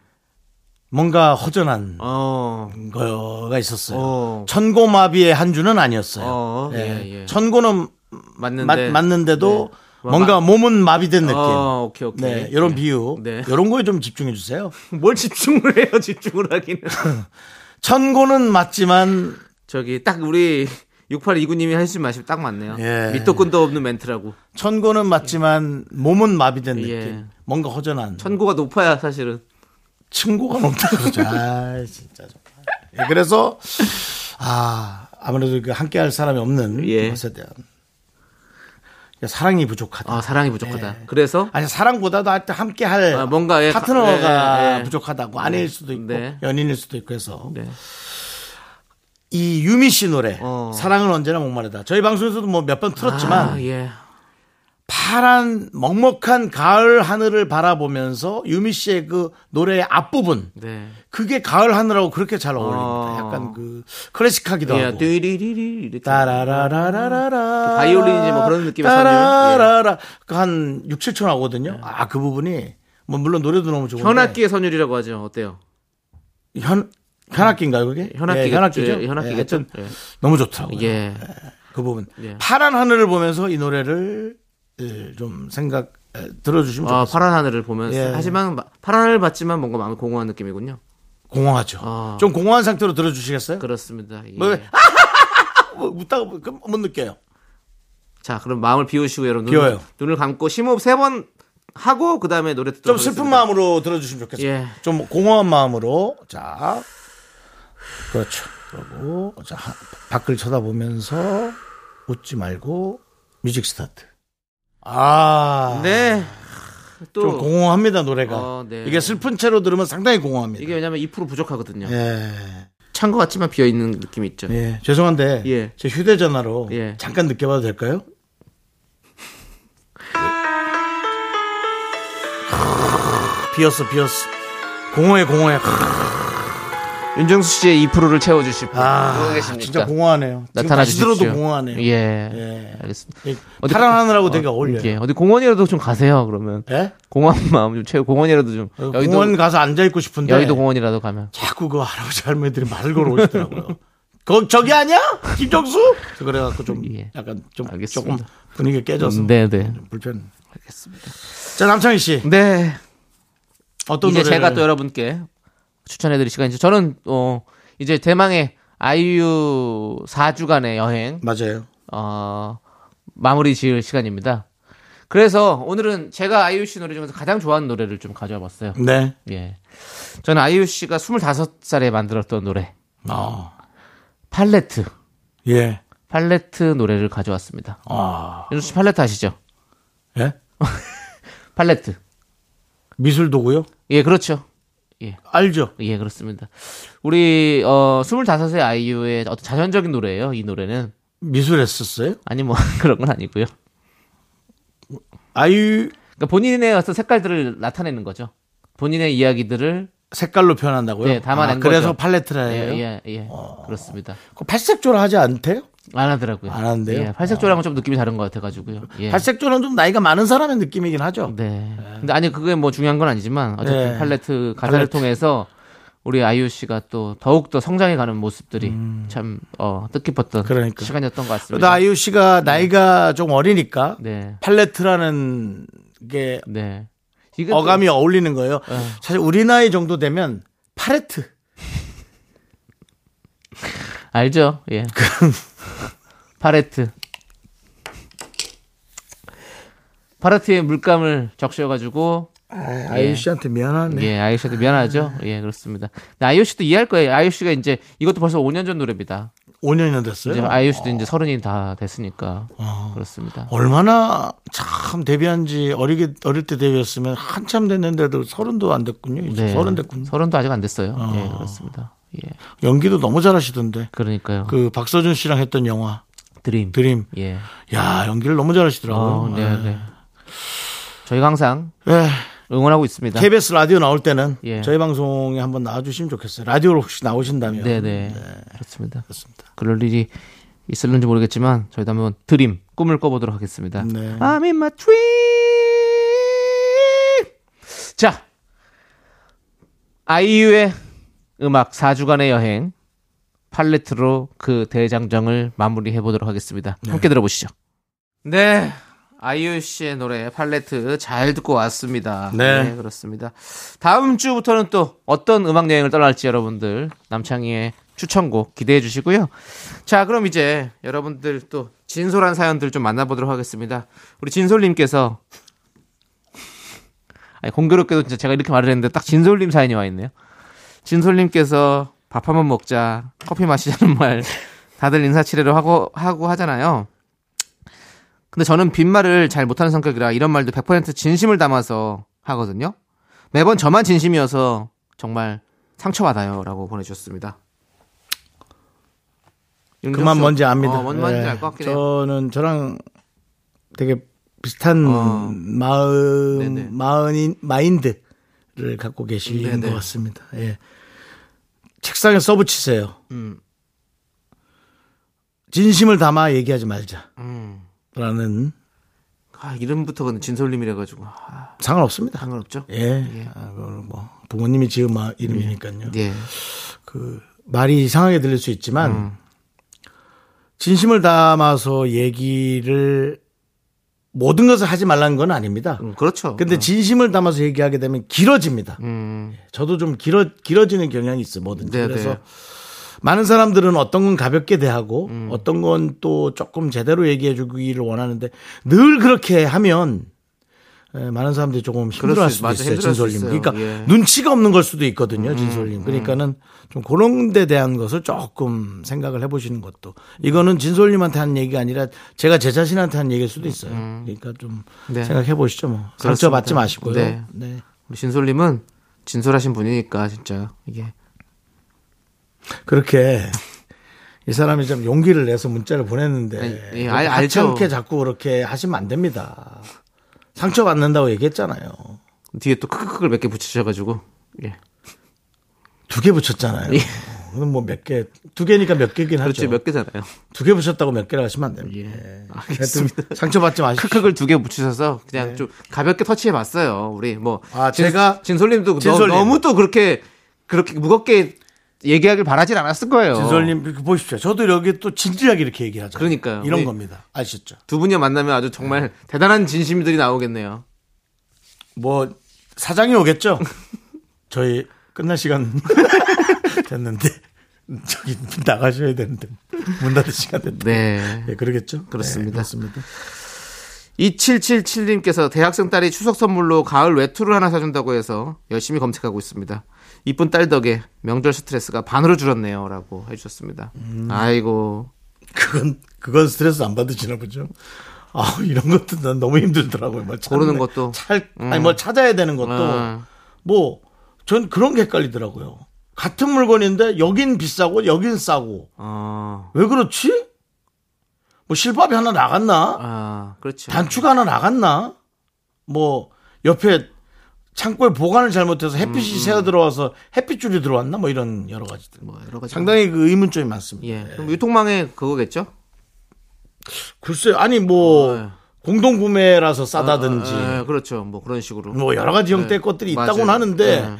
[SPEAKER 1] 뭔가 허전한
[SPEAKER 2] 어.
[SPEAKER 1] 거가 있었어요.
[SPEAKER 2] 어.
[SPEAKER 1] 천고마비의 한 주는 아니었어요.
[SPEAKER 2] 어,
[SPEAKER 1] 예.
[SPEAKER 2] 예, 예.
[SPEAKER 1] 천고는
[SPEAKER 2] 네. 맞는데.
[SPEAKER 1] 맞, 는데도
[SPEAKER 2] 네.
[SPEAKER 1] 뭔가
[SPEAKER 2] 마-
[SPEAKER 1] 몸은 마비된 느낌.
[SPEAKER 2] 어, 오케이, 오케이.
[SPEAKER 1] 네, 이런
[SPEAKER 2] 네.
[SPEAKER 1] 비유,
[SPEAKER 2] 네.
[SPEAKER 1] 이런 거에 좀 집중해 주세요.
[SPEAKER 2] [LAUGHS] 뭘 집중을 해요, 집중을
[SPEAKER 1] [LAUGHS]
[SPEAKER 2] 하기는.
[SPEAKER 1] 천고는 맞지만
[SPEAKER 2] 저기, 딱 우리 6829님이 하신 말씀 딱 맞네요.
[SPEAKER 1] 예.
[SPEAKER 2] 밑도 끝도 없는 멘트라고.
[SPEAKER 1] 천고는 맞지만 몸은 마비된
[SPEAKER 2] 예.
[SPEAKER 1] 느낌. 뭔가 허전한.
[SPEAKER 2] 천고가 높아야 사실은.
[SPEAKER 1] 친구가 높다 그러죠. 아, 진짜 정말. 예, 그래서 아 아무래도 그 함께할 사람이 없는
[SPEAKER 2] 예.
[SPEAKER 1] 것에 대한 그러니까 사랑이 부족하다.
[SPEAKER 2] 아, 사랑이 부족하다.
[SPEAKER 1] 예.
[SPEAKER 2] 그래서.
[SPEAKER 1] 아니 사랑보다도 하여튼 함께할
[SPEAKER 2] 아, 뭔가, 예,
[SPEAKER 1] 파트너가
[SPEAKER 2] 예, 예.
[SPEAKER 1] 부족하다고 아내일 수도 있고
[SPEAKER 2] 네.
[SPEAKER 1] 연인일 수도 있고 해서
[SPEAKER 2] 네.
[SPEAKER 1] 이 유미 씨 노래
[SPEAKER 2] 어.
[SPEAKER 1] 사랑은 언제나 목마르다. 저희 방송에서도 뭐 몇 번 틀었지만
[SPEAKER 2] 아, 예.
[SPEAKER 1] 파란 먹먹한 가을 하늘을 바라보면서 유미 씨의 그 노래의 앞부분
[SPEAKER 2] 네.
[SPEAKER 1] 그게 가을 하늘하고 그렇게 잘 어울립니다.
[SPEAKER 2] 어.
[SPEAKER 1] 약간 그 클래식하기도
[SPEAKER 2] 예,
[SPEAKER 1] 하고.
[SPEAKER 2] 띠리리리 이렇게.
[SPEAKER 1] 따라라라라라라.
[SPEAKER 2] 바이올린이지 뭐 그런 느낌의 선율. 예.
[SPEAKER 1] 따라라라. 그한 6, 7초 나오거든요. 아, 그 부분이 뭐 물론 노래도 너무 좋은데.
[SPEAKER 2] 현악기의 선율이라고 하죠. 어때요?
[SPEAKER 1] 현 현악기인가요, 그게?
[SPEAKER 2] 현악기.
[SPEAKER 1] 예, 현악기죠.
[SPEAKER 2] 예, 현악기겠죠.
[SPEAKER 1] 하여튼 음. 너무 좋더라고요.
[SPEAKER 2] 예. 예.
[SPEAKER 1] 그 부분.
[SPEAKER 2] 예.
[SPEAKER 1] 파란 하늘을 보면서 이 노래를 예, 좀 생각 에, 들어주시면
[SPEAKER 2] 아,
[SPEAKER 1] 좋겠어요.
[SPEAKER 2] 파란 하늘을 보면서.
[SPEAKER 1] 예.
[SPEAKER 2] 하지만 마- 파란 하늘 봤지만 뭔가 마음이 공허한 느낌이군요.
[SPEAKER 1] 공허하죠.
[SPEAKER 2] 아.
[SPEAKER 1] 좀 공허한 상태로 들어주시겠어요?
[SPEAKER 2] 그렇습니다. 예.
[SPEAKER 1] 뭐, [LAUGHS] 뭐 웃다가 뭐, 그럼 못 느껴요.
[SPEAKER 2] 자, 그럼 마음을 비우시고 여러분 눈-
[SPEAKER 1] 비워요.
[SPEAKER 2] 눈을 감고 심호흡 세 번 하고 그다음에 노래 듣도록 예.
[SPEAKER 1] 좀 슬픈
[SPEAKER 2] 하겠습니다.
[SPEAKER 1] 마음으로 들어주시면 좋겠어요.
[SPEAKER 2] 예.
[SPEAKER 1] 좀 공허한 마음으로. 자. 그렇죠. 그러고 자, 하- 밖을 쳐다보면서 웃지 말고 뮤직 스타트. 아,
[SPEAKER 2] 네. 또
[SPEAKER 1] 좀 공허합니다 노래가.
[SPEAKER 2] 어, 네.
[SPEAKER 1] 이게 슬픈 채로 들으면 상당히 공허합니다.
[SPEAKER 2] 이게 왜냐면 2% 부족하거든요.
[SPEAKER 1] 예,
[SPEAKER 2] 찬 것 같지만 비어 있는 느낌이 있죠.
[SPEAKER 1] 예. 죄송한데
[SPEAKER 2] 예.
[SPEAKER 1] 제 휴대전화로
[SPEAKER 2] 예.
[SPEAKER 1] 잠깐 느껴봐도 될까요? 비었어, 비었어. 공허해, 공허해.
[SPEAKER 2] 윤정수 씨의 2%를 채워 주실 분. 누구
[SPEAKER 1] 아,
[SPEAKER 2] 계십니까?
[SPEAKER 1] 진짜 공허하네요. 지금
[SPEAKER 2] 나타나
[SPEAKER 1] 다시
[SPEAKER 2] 주십시오.
[SPEAKER 1] 들어도 공허하네요.
[SPEAKER 2] 예.
[SPEAKER 1] 예.
[SPEAKER 2] 알겠습니다.
[SPEAKER 1] 예,
[SPEAKER 2] 어디-
[SPEAKER 1] 탈환하느라고 되게
[SPEAKER 2] 어,
[SPEAKER 1] 어울려요.
[SPEAKER 2] 예. 어디 공원이라도 좀 가세요. 그러면
[SPEAKER 1] 예?
[SPEAKER 2] 공원 마음 좀 채우. 공원이라도 좀
[SPEAKER 1] 어,
[SPEAKER 2] 여의도
[SPEAKER 1] 공원 가서 앉아있고 싶은데
[SPEAKER 2] 여의도 공원이라도 가면.
[SPEAKER 1] 자꾸 그 할아버지 할머니들이 말을 걸어오시더라고요. [LAUGHS] 거, 저기 아니야? 김정수? 그래갖고 좀
[SPEAKER 2] 예.
[SPEAKER 1] 약간 좀
[SPEAKER 2] 알겠습니다.
[SPEAKER 1] 조금 분위기가 깨져서
[SPEAKER 2] 네, 네.
[SPEAKER 1] 불편. 알겠습니다. 자, 남창희 씨.
[SPEAKER 2] 네.
[SPEAKER 1] 어떤
[SPEAKER 2] 이제
[SPEAKER 1] 노래를
[SPEAKER 2] 제가 또 여러분께 추천해드릴 시간이죠. 저는 어 이제 대망의 아이유 4주간의 여행
[SPEAKER 1] 맞아요.
[SPEAKER 2] 어 마무리 지을 시간입니다. 그래서 오늘은 제가 아이유 씨 노래 중에서 가장 좋아하는 노래를 좀 가져와봤어요.
[SPEAKER 1] 네.
[SPEAKER 2] 예, 저는 아이유 씨가 25살에 만들었던 노래
[SPEAKER 1] 어.
[SPEAKER 2] 팔레트
[SPEAKER 1] 예.
[SPEAKER 2] 팔레트 노래를 가져왔습니다.
[SPEAKER 1] 아.
[SPEAKER 2] 윤수 씨 팔레트 아시죠?
[SPEAKER 1] 예?
[SPEAKER 2] 팔레트.
[SPEAKER 1] 미술 도구요?
[SPEAKER 2] 예, 그렇죠.
[SPEAKER 1] 알죠.
[SPEAKER 2] 예, 그렇습니다. 우리 어 25세 아이유의 어떤 자연적인 노래예요. 이 노래는
[SPEAKER 1] 미술했었어요?
[SPEAKER 2] 아니 뭐 [LAUGHS] 그런 건 아니고요.
[SPEAKER 1] 아유
[SPEAKER 2] 그러니까 본인의 어떤 색깔들을 나타내는 거죠. 본인의 이야기들을
[SPEAKER 1] 색깔로 표현한다고요?
[SPEAKER 2] 네, 담아낸
[SPEAKER 1] 아, 그래서
[SPEAKER 2] 거죠.
[SPEAKER 1] 팔레트라 해요.
[SPEAKER 2] 예예 예, 그렇습니다.
[SPEAKER 1] 그 팔색조라 하지 않대요?
[SPEAKER 2] 안 하더라고요.
[SPEAKER 1] 안 한대요? 아.
[SPEAKER 2] 예, 팔색조랑은 좀 느낌이 다른 것 같아가지고요. 예.
[SPEAKER 1] 팔색조는 좀 나이가 많은 사람의 느낌이긴 하죠.
[SPEAKER 2] 네. 근데 아니 그게 뭐 중요한 건 아니지만 어쨌든
[SPEAKER 1] 네.
[SPEAKER 2] 팔레트 가사를
[SPEAKER 1] 팔레트.
[SPEAKER 2] 통해서 우리 아이유 씨가 또 더욱 더 성장해가는 모습들이 참 어, 뜻깊었던
[SPEAKER 1] 음. 그러니까.
[SPEAKER 2] 시간이었던 것 같습니다.
[SPEAKER 1] 그러다 아이유 씨가 나이가 좀 어리니까
[SPEAKER 2] 네.
[SPEAKER 1] 팔레트라는 게
[SPEAKER 2] 네. 이게 또-
[SPEAKER 1] 어감이 어울리는 거예요. 사실 우리 나이 정도 되면 팔레트.
[SPEAKER 2] 알죠?
[SPEAKER 1] [LAUGHS]
[SPEAKER 2] 예. 파레트. 파레트에 물감을 적셔가지고
[SPEAKER 1] 아이유 씨한테 미안하네.
[SPEAKER 2] 예 아이유 씨한테 미안하죠. 예 그렇습니다. 근데 아이유 씨도 이해할 거예요. 아이유 씨가 이제 이것도 벌써 5년 전 노래입니다.
[SPEAKER 1] 5년이나
[SPEAKER 2] 이제
[SPEAKER 1] 됐어요.
[SPEAKER 2] 아이유 씨도 이제 서른이 다 됐으니까
[SPEAKER 1] 아.
[SPEAKER 2] 그렇습니다.
[SPEAKER 1] 어, 얼마나 참 데뷔한 지 어리게 어릴 때 데뷔했으면 한참 됐는데도 서른도 안 됐군요. 이제 서른 됐군요.
[SPEAKER 2] 네. 서른도 아직 안 됐어요. 예 그렇습니다. 예
[SPEAKER 1] 연기도 너무 잘하시던데.
[SPEAKER 2] 그러니까요.
[SPEAKER 1] 그 박서준 씨랑 했던 영화
[SPEAKER 2] 드림.
[SPEAKER 1] 드림. 아.
[SPEAKER 2] 예.
[SPEAKER 1] 야 연기를 너무
[SPEAKER 2] 어,
[SPEAKER 1] 잘하시더라고요.
[SPEAKER 2] 네, 네. 저희가 항상
[SPEAKER 1] 예.
[SPEAKER 2] 응원하고 있습니다.
[SPEAKER 1] KBS 라디오 나올 때는
[SPEAKER 2] 네. 예.
[SPEAKER 1] 저희 방송에 한번 나와주시면 좋겠어요. 라디오로 혹시 나오신다면.
[SPEAKER 2] 네네. 그렇습니다.
[SPEAKER 1] 그렇습니다.
[SPEAKER 2] 그럴 일이 있을는지 모르겠지만 저희도 한번 드림 꿈을 꿔보도록 하겠습니다.
[SPEAKER 1] 네.
[SPEAKER 2] I'm in my dream. 자, 아이유의 음악 4주간의 여행 팔레트로 그 대장정을 마무리해 보도록 하겠습니다. 함께 들어보시죠. 네. 아이유 씨의 노래 팔레트 잘 듣고 왔습니다.
[SPEAKER 1] 네.
[SPEAKER 2] 그렇습니다. 다음 주부터는 또 어떤 음악 여행을 떠날지 여러분들 남창희의 추천곡 기대해 주시고요. 자, 그럼 이제 여러분들 또 진솔한 사연들 좀 만나보도록 하겠습니다. 우리 진솔님께서 아니, 공교롭게도 진짜 제가 이렇게 말을 했는데 딱 진솔님 사연이 와 있네요. 진솔님께서 밥 한번 먹자, 커피 마시자는 말 다들 인사치레로 하고 하고 하잖아요. 근데 저는 빈말을 잘 못하는 성격이라 이런 말도 100% 진심을 담아서 하거든요. 매번 저만 진심이어서 정말 상처받아요라고 보내주셨습니다.
[SPEAKER 1] 그만
[SPEAKER 2] 윤정수-
[SPEAKER 1] 뭔지 압니다.
[SPEAKER 2] 어, 뭔 말인지
[SPEAKER 1] 예.
[SPEAKER 2] 알 것 같긴 해요.
[SPEAKER 1] 저는 저랑 되게 비슷한
[SPEAKER 2] 어.
[SPEAKER 1] 음, 마음,
[SPEAKER 2] 네네.
[SPEAKER 1] 마음인 마인드를 갖고 계시는
[SPEAKER 2] 네네.
[SPEAKER 1] 것 같습니다. 예. 책상에 써붙이세요. 진심을 담아 얘기하지 말자. 라는
[SPEAKER 2] 음. 아, 이름부터 근데 진솔님이라 가지고 아,
[SPEAKER 1] 상관없습니다.
[SPEAKER 2] 상관없죠?
[SPEAKER 1] 예. 아, 그거는 뭐 부모님이 지은 마- 이름이니까요.
[SPEAKER 2] 예.
[SPEAKER 1] 그 말이 이상하게 들릴 수 있지만
[SPEAKER 2] 음.
[SPEAKER 1] 진심을 담아서 얘기를 모든 것을 하지 말라는 건 아닙니다.
[SPEAKER 2] 음, 그렇죠.
[SPEAKER 1] 근데 진심을 담아서 얘기하게 되면 길어집니다.
[SPEAKER 2] 음,
[SPEAKER 1] 저도 좀 길어 길어지는 경향이 있어 뭐든지.
[SPEAKER 2] 네,
[SPEAKER 1] 그래서
[SPEAKER 2] 네.
[SPEAKER 1] 많은 사람들은 어떤 건 가볍게 대하고
[SPEAKER 2] 음.
[SPEAKER 1] 어떤 건 또 조금 제대로 얘기해 주기를 원하는데 늘 그렇게 하면 에, 많은 사람들이 조금
[SPEAKER 2] 그럴
[SPEAKER 1] 힘들어할
[SPEAKER 2] 수 있-
[SPEAKER 1] 수도
[SPEAKER 2] 맞아,
[SPEAKER 1] 있어요.
[SPEAKER 2] 힘들어할 수
[SPEAKER 1] 진솔님.
[SPEAKER 2] 있어요.
[SPEAKER 1] 그러니까
[SPEAKER 2] 예. 음,
[SPEAKER 1] 눈치가 없는 걸 수도 있거든요. 진솔님. 그러니까는 좀 그런 데 대한 것을 조금 생각을 해보시는 것도 이거는 진솔님한테 한 얘기가 아니라 제가 제 자신한테 한 얘기일 수도 있어요. 그러니까 좀
[SPEAKER 2] 음, 네.
[SPEAKER 1] 생각해보시죠. 뭐. 상처받지
[SPEAKER 2] 그렇습니다.
[SPEAKER 1] 마시고요.
[SPEAKER 2] 네.
[SPEAKER 1] 네.
[SPEAKER 2] 우리 진솔님은 진솔하신 분이니까 진짜 이게
[SPEAKER 1] 그렇게 이 사람이 좀 용기를 내서 문자를 보냈는데
[SPEAKER 2] 아니, 예, 알-
[SPEAKER 1] 알
[SPEAKER 2] 알죠.
[SPEAKER 1] 않게 자꾸 그렇게 하시면 안 됩니다. 상처 받는다고 얘기했잖아요.
[SPEAKER 2] 뒤에 또 크크크를 몇 개 붙이셔가지고 예.
[SPEAKER 1] 두 개 붙였잖아요.
[SPEAKER 2] 예.
[SPEAKER 1] 그럼 뭐 몇 개, 두 개니까 몇 개긴
[SPEAKER 2] 그렇지
[SPEAKER 1] 하죠.
[SPEAKER 2] 몇 개잖아요.
[SPEAKER 1] 두 개 붙였다고 몇 개를 하시면 안 됩니다.
[SPEAKER 2] [LAUGHS] 예.
[SPEAKER 1] 하여튼
[SPEAKER 2] 알겠습니다.
[SPEAKER 1] 상처 받지 마십시오.
[SPEAKER 2] 크크크를 두 개 붙이셔서 그냥 좀 가볍게 터치해봤어요. 우리 뭐
[SPEAKER 1] 네. 아,
[SPEAKER 2] 진-
[SPEAKER 1] 제가-
[SPEAKER 2] 진솔님도 너-
[SPEAKER 1] 진솔님.
[SPEAKER 2] 너무 또 그렇게 그렇게 무겁게 얘기하길 바라진 않았을 거예요.
[SPEAKER 1] 진솔님 이렇게 보십시오. 저도 여기 또 진지하게 이렇게 얘기하죠.
[SPEAKER 2] 그러니까요. 네.
[SPEAKER 1] 이런
[SPEAKER 2] 우리-
[SPEAKER 1] 겁니다. 아시죠?
[SPEAKER 2] 두 분이 만나면 아주 정말 대단한 진심들이 나오겠네요.
[SPEAKER 1] 뭐 사장이 오겠죠.
[SPEAKER 2] [LAUGHS]
[SPEAKER 1] 저희 끝날 시간 [LAUGHS] 됐는데 저기 나가셔야 되는데 문 닫을 시간 됐다.
[SPEAKER 2] 네.
[SPEAKER 1] 예, 그러겠죠.
[SPEAKER 2] 그렇습니다.
[SPEAKER 1] 네, 그렇습니다.
[SPEAKER 2] 2777님께서 대학생 딸이 추석 선물로 가을 외투를 하나 사준다고 해서 열심히 검색하고 있습니다. 이쁜 딸 덕에 명절 스트레스가 반으로 줄었네요. 라고 해주셨습니다.
[SPEAKER 1] 음.
[SPEAKER 2] 아이고.
[SPEAKER 1] 그건 그건 스트레스 안 받으시나 보죠. 아 이런 것도 난 너무 힘들더라고요. 뭐 찾네.
[SPEAKER 2] 고르는 것도. 음.
[SPEAKER 1] 찰 아니 뭐 찾아야 되는 것도
[SPEAKER 2] 아.
[SPEAKER 1] 뭐 전 그런 게 헷갈리더라고요. 같은 물건인데 여긴 비싸고 여긴 싸고
[SPEAKER 2] 어,
[SPEAKER 1] 왜 그렇지? 뭐 실밥이 하나 나갔나?
[SPEAKER 2] 아, 그렇죠.
[SPEAKER 1] 단추가 하나 나갔나? 뭐 옆에 창고에 보관을 잘못해서
[SPEAKER 2] 음,
[SPEAKER 1] 햇빛이 새어 들어와서 햇빛줄이 들어왔나? 뭐 이런 여러 가지들.
[SPEAKER 2] 뭐 여러 가지.
[SPEAKER 1] 상당히 그 의문점이 많습니다.
[SPEAKER 2] 예. 그럼 유통망에 그거겠죠?
[SPEAKER 1] 글쎄요. 아니 뭐
[SPEAKER 2] 어, 예.
[SPEAKER 1] 공동 구매라서 싸다든지
[SPEAKER 2] 예, 그렇죠. 뭐 그런 식으로. 예.
[SPEAKER 1] 뭐 여러 가지 형태의 것들이 있다고는
[SPEAKER 2] 맞아요.
[SPEAKER 1] 하는데
[SPEAKER 2] 예.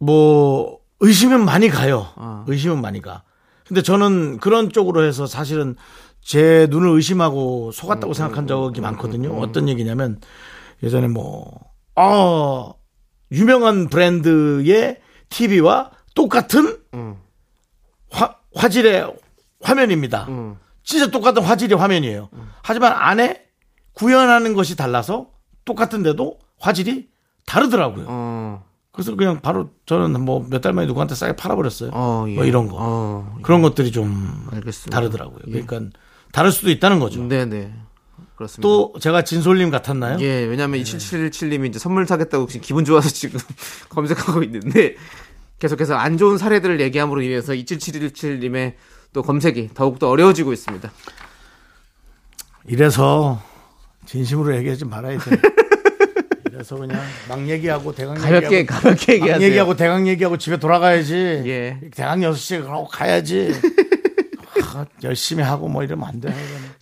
[SPEAKER 1] 뭐 의심은 많이 가요.
[SPEAKER 2] 어.
[SPEAKER 1] 의심은 많이 가. 근데 저는 그런 쪽으로 해서 사실은 제 눈을 의심하고 속았다고
[SPEAKER 2] 음,
[SPEAKER 1] 생각한 적이 많거든요. 어떤 얘기냐면 예전에 뭐, 아, 유명한 브랜드의 TV와 똑같은
[SPEAKER 2] 음.
[SPEAKER 1] 화, 화질의 화면입니다.
[SPEAKER 2] 음.
[SPEAKER 1] 진짜 똑같은 화질의 화면이에요. 하지만 안에 구현하는 것이 달라서 똑같은데도 화질이 다르더라고요.
[SPEAKER 2] 어,
[SPEAKER 1] 그래서 그냥 바로 저는 뭐 몇 달 만에 누구한테 싸게 팔아버렸어요.
[SPEAKER 2] 어, 예.
[SPEAKER 1] 뭐 이런 거.
[SPEAKER 2] 어,
[SPEAKER 1] 그런 것들이 좀
[SPEAKER 2] 알겠습니다.
[SPEAKER 1] 다르더라고요. 그러니까 다를 수도 있다는 거죠.
[SPEAKER 2] 네네. 그렇습니다.
[SPEAKER 1] 또 제가 진솔님 같았나요?
[SPEAKER 2] 예, 왜냐면 하 2777님이 이제 선물 사겠다고 지금 기분 좋아서 지금 [LAUGHS] 검색하고 있는데 계속해서 안 좋은 사례들을 얘기함으로 인해서 2777님의 또 검색이 더욱더 어려워지고 있습니다.
[SPEAKER 1] 이래서 진심으로 얘기하지 말아야 돼. 이래서 그냥 막 얘기하고 대강
[SPEAKER 2] 가볍게,
[SPEAKER 1] 얘기하고
[SPEAKER 2] 가볍게
[SPEAKER 1] 막
[SPEAKER 2] 얘기하세요.
[SPEAKER 1] 얘기하고 대강 얘기하고 집에 돌아가야지.
[SPEAKER 2] 예.
[SPEAKER 1] 대강 6시에 가고 가야지. 아, 열심히 하고 뭐 이러면 안 돼.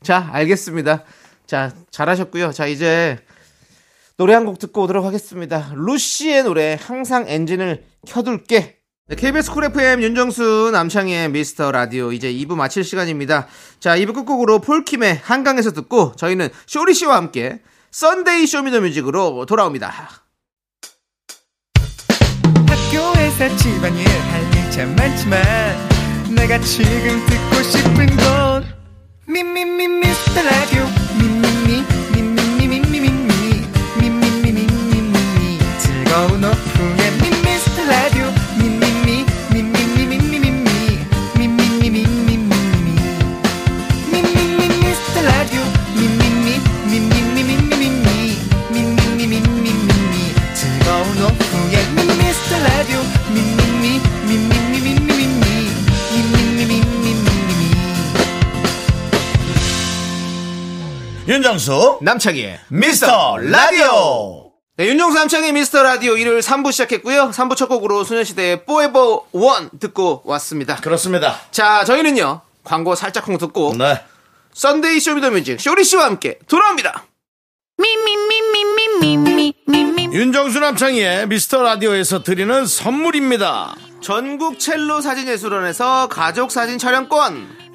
[SPEAKER 2] 자, 알겠습니다. 자, 잘하셨고요. 자, 이제 노래 한 곡 듣고 오도록 하겠습니다. 루시의 노래 항상 엔진을 켜둘게. 네, KBS 쿨 FM 윤정수 남창희의 미스터 라디오 이제 2부 마칠 시간입니다. 자, 2부 끝곡으로 폴킴의 한강에서 듣고 저희는 쇼리 씨와 함께 썬데이 쇼미더뮤직으로 돌아옵니다.
[SPEAKER 8] 학교에서 집안일 할 일 참 많지만 내가 지금 듣고 싶은 건 미미미 미스터 라디오 미미미 미미미미미미 미미미미미미 즐거운 오후에 미스터 라디오 미미미 미미미미미미 미미미미미미 미미미 미스터 라디오 미미미 미미미미미미 미미미미미미 즐거운 오후에 미스터 라디오 미미미 미미미미미미 미미미미미미
[SPEAKER 6] 윤정수
[SPEAKER 2] 남창희의
[SPEAKER 6] 미스터 라디오
[SPEAKER 2] 네, 윤종수 남창의 미스터 라디오 일요일 3부 시작했고요. 3부 첫 곡으로 소녀시대의 포에버 원 듣고 왔습니다.
[SPEAKER 6] 그렇습니다.
[SPEAKER 2] 자, 저희는요. 광고 살짝 콩 듣고
[SPEAKER 6] 네.
[SPEAKER 2] 썬데이 쇼미더뮤직 쇼리 씨와 함께 돌아옵니다.
[SPEAKER 6] 윤정수 남창희의 미스터 라디오에서 드리는 선물입니다.
[SPEAKER 2] 전국 첼로 사진예술원에서 가족 사진 촬영권,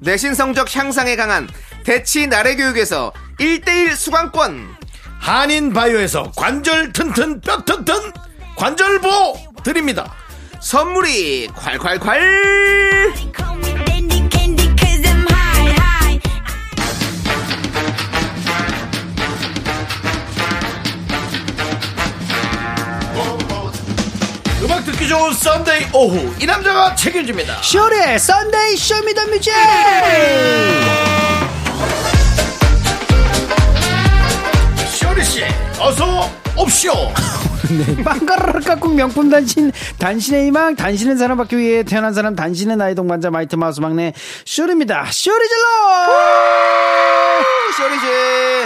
[SPEAKER 2] 내신 성적 향상에 강한 대치 나래교육에서 1대1 수강권
[SPEAKER 6] 한인 바이오에서 관절 튼튼 뼈 튼튼 관절보 드립니다.
[SPEAKER 2] 선물이 콸콸콸
[SPEAKER 6] 음악 듣기 좋은 썬데이 오후 이 남자가 책임집니다.
[SPEAKER 8] 쇼리 썬데이 쇼미더뮤직
[SPEAKER 6] 쇼리 씨 어서
[SPEAKER 8] [LAUGHS]
[SPEAKER 6] 옵쇼.
[SPEAKER 8] 네, 빵가르르 깎고 명품 단신 단신의 희망 단신은 사랑받기 위해 태어난 사람 단신은 아이 동반자 마이트 마우스 막내 쇼리입니다 쇼리질러
[SPEAKER 2] 쇼리지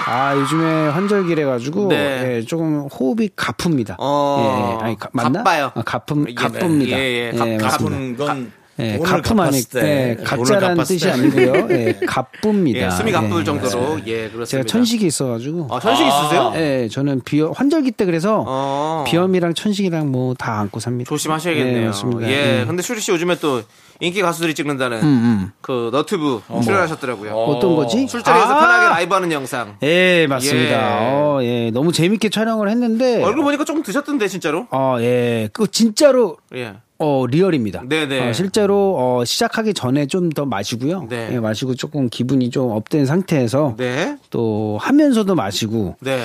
[SPEAKER 8] 아 요즘에 환절기래 가지고
[SPEAKER 2] 네.
[SPEAKER 8] 예, 조금 호흡이 가쁩니다
[SPEAKER 2] 어,
[SPEAKER 8] 예, 아니, 가, 맞나?
[SPEAKER 2] 가빠요.
[SPEAKER 8] 아, 가품 가쁩니다
[SPEAKER 2] 예, 예,
[SPEAKER 8] 예,
[SPEAKER 2] 가-
[SPEAKER 8] 맞습니다.
[SPEAKER 2] 가쁜
[SPEAKER 6] 건
[SPEAKER 8] 예, 가품 아니 예, 가짜라는 뜻이 아니고요
[SPEAKER 2] [LAUGHS]
[SPEAKER 8] 예, 가쁩니다
[SPEAKER 2] 예, 숨이 가쁠
[SPEAKER 8] 예,
[SPEAKER 2] 정도로
[SPEAKER 8] 맞습니다.
[SPEAKER 2] 예 그렇습니다
[SPEAKER 8] 제가 천식이 있어가지고
[SPEAKER 2] 아, 천식 있으세요?
[SPEAKER 8] 예, 저는 비염 환절기 때 그래서
[SPEAKER 2] 어.
[SPEAKER 8] 비염이랑 천식이랑 뭐 다 안고 삽니다. 예,
[SPEAKER 2] 조심하셔야겠네요.
[SPEAKER 8] 맞습니다.
[SPEAKER 2] 예,
[SPEAKER 8] 예. 음,
[SPEAKER 2] 근데 슈리 씨 요즘에 또 인기 가수들이 찍는다는 그 너튜브 출연하셨더라고요.
[SPEAKER 8] 어. 어떤 거지?
[SPEAKER 2] 술자리에서
[SPEAKER 8] 아!
[SPEAKER 2] 편하게 라이브하는 영상.
[SPEAKER 8] 예, 맞습니다.
[SPEAKER 2] 예.
[SPEAKER 8] 어, 예, 너무 재밌게 촬영을 했는데
[SPEAKER 2] 얼굴 보니까 조금 드셨던데 진짜로?
[SPEAKER 8] 어, 예, 그거 진짜로
[SPEAKER 2] 예.
[SPEAKER 8] 어 리얼입니다.
[SPEAKER 2] 네네.
[SPEAKER 8] 어, 실제로 어, 시작하기 전에 좀 더 마시고요.
[SPEAKER 2] 네.
[SPEAKER 8] 예, 마시고 조금 기분이 좀 업된 상태에서
[SPEAKER 2] 네.
[SPEAKER 8] 또 하면서도 마시고
[SPEAKER 2] 네.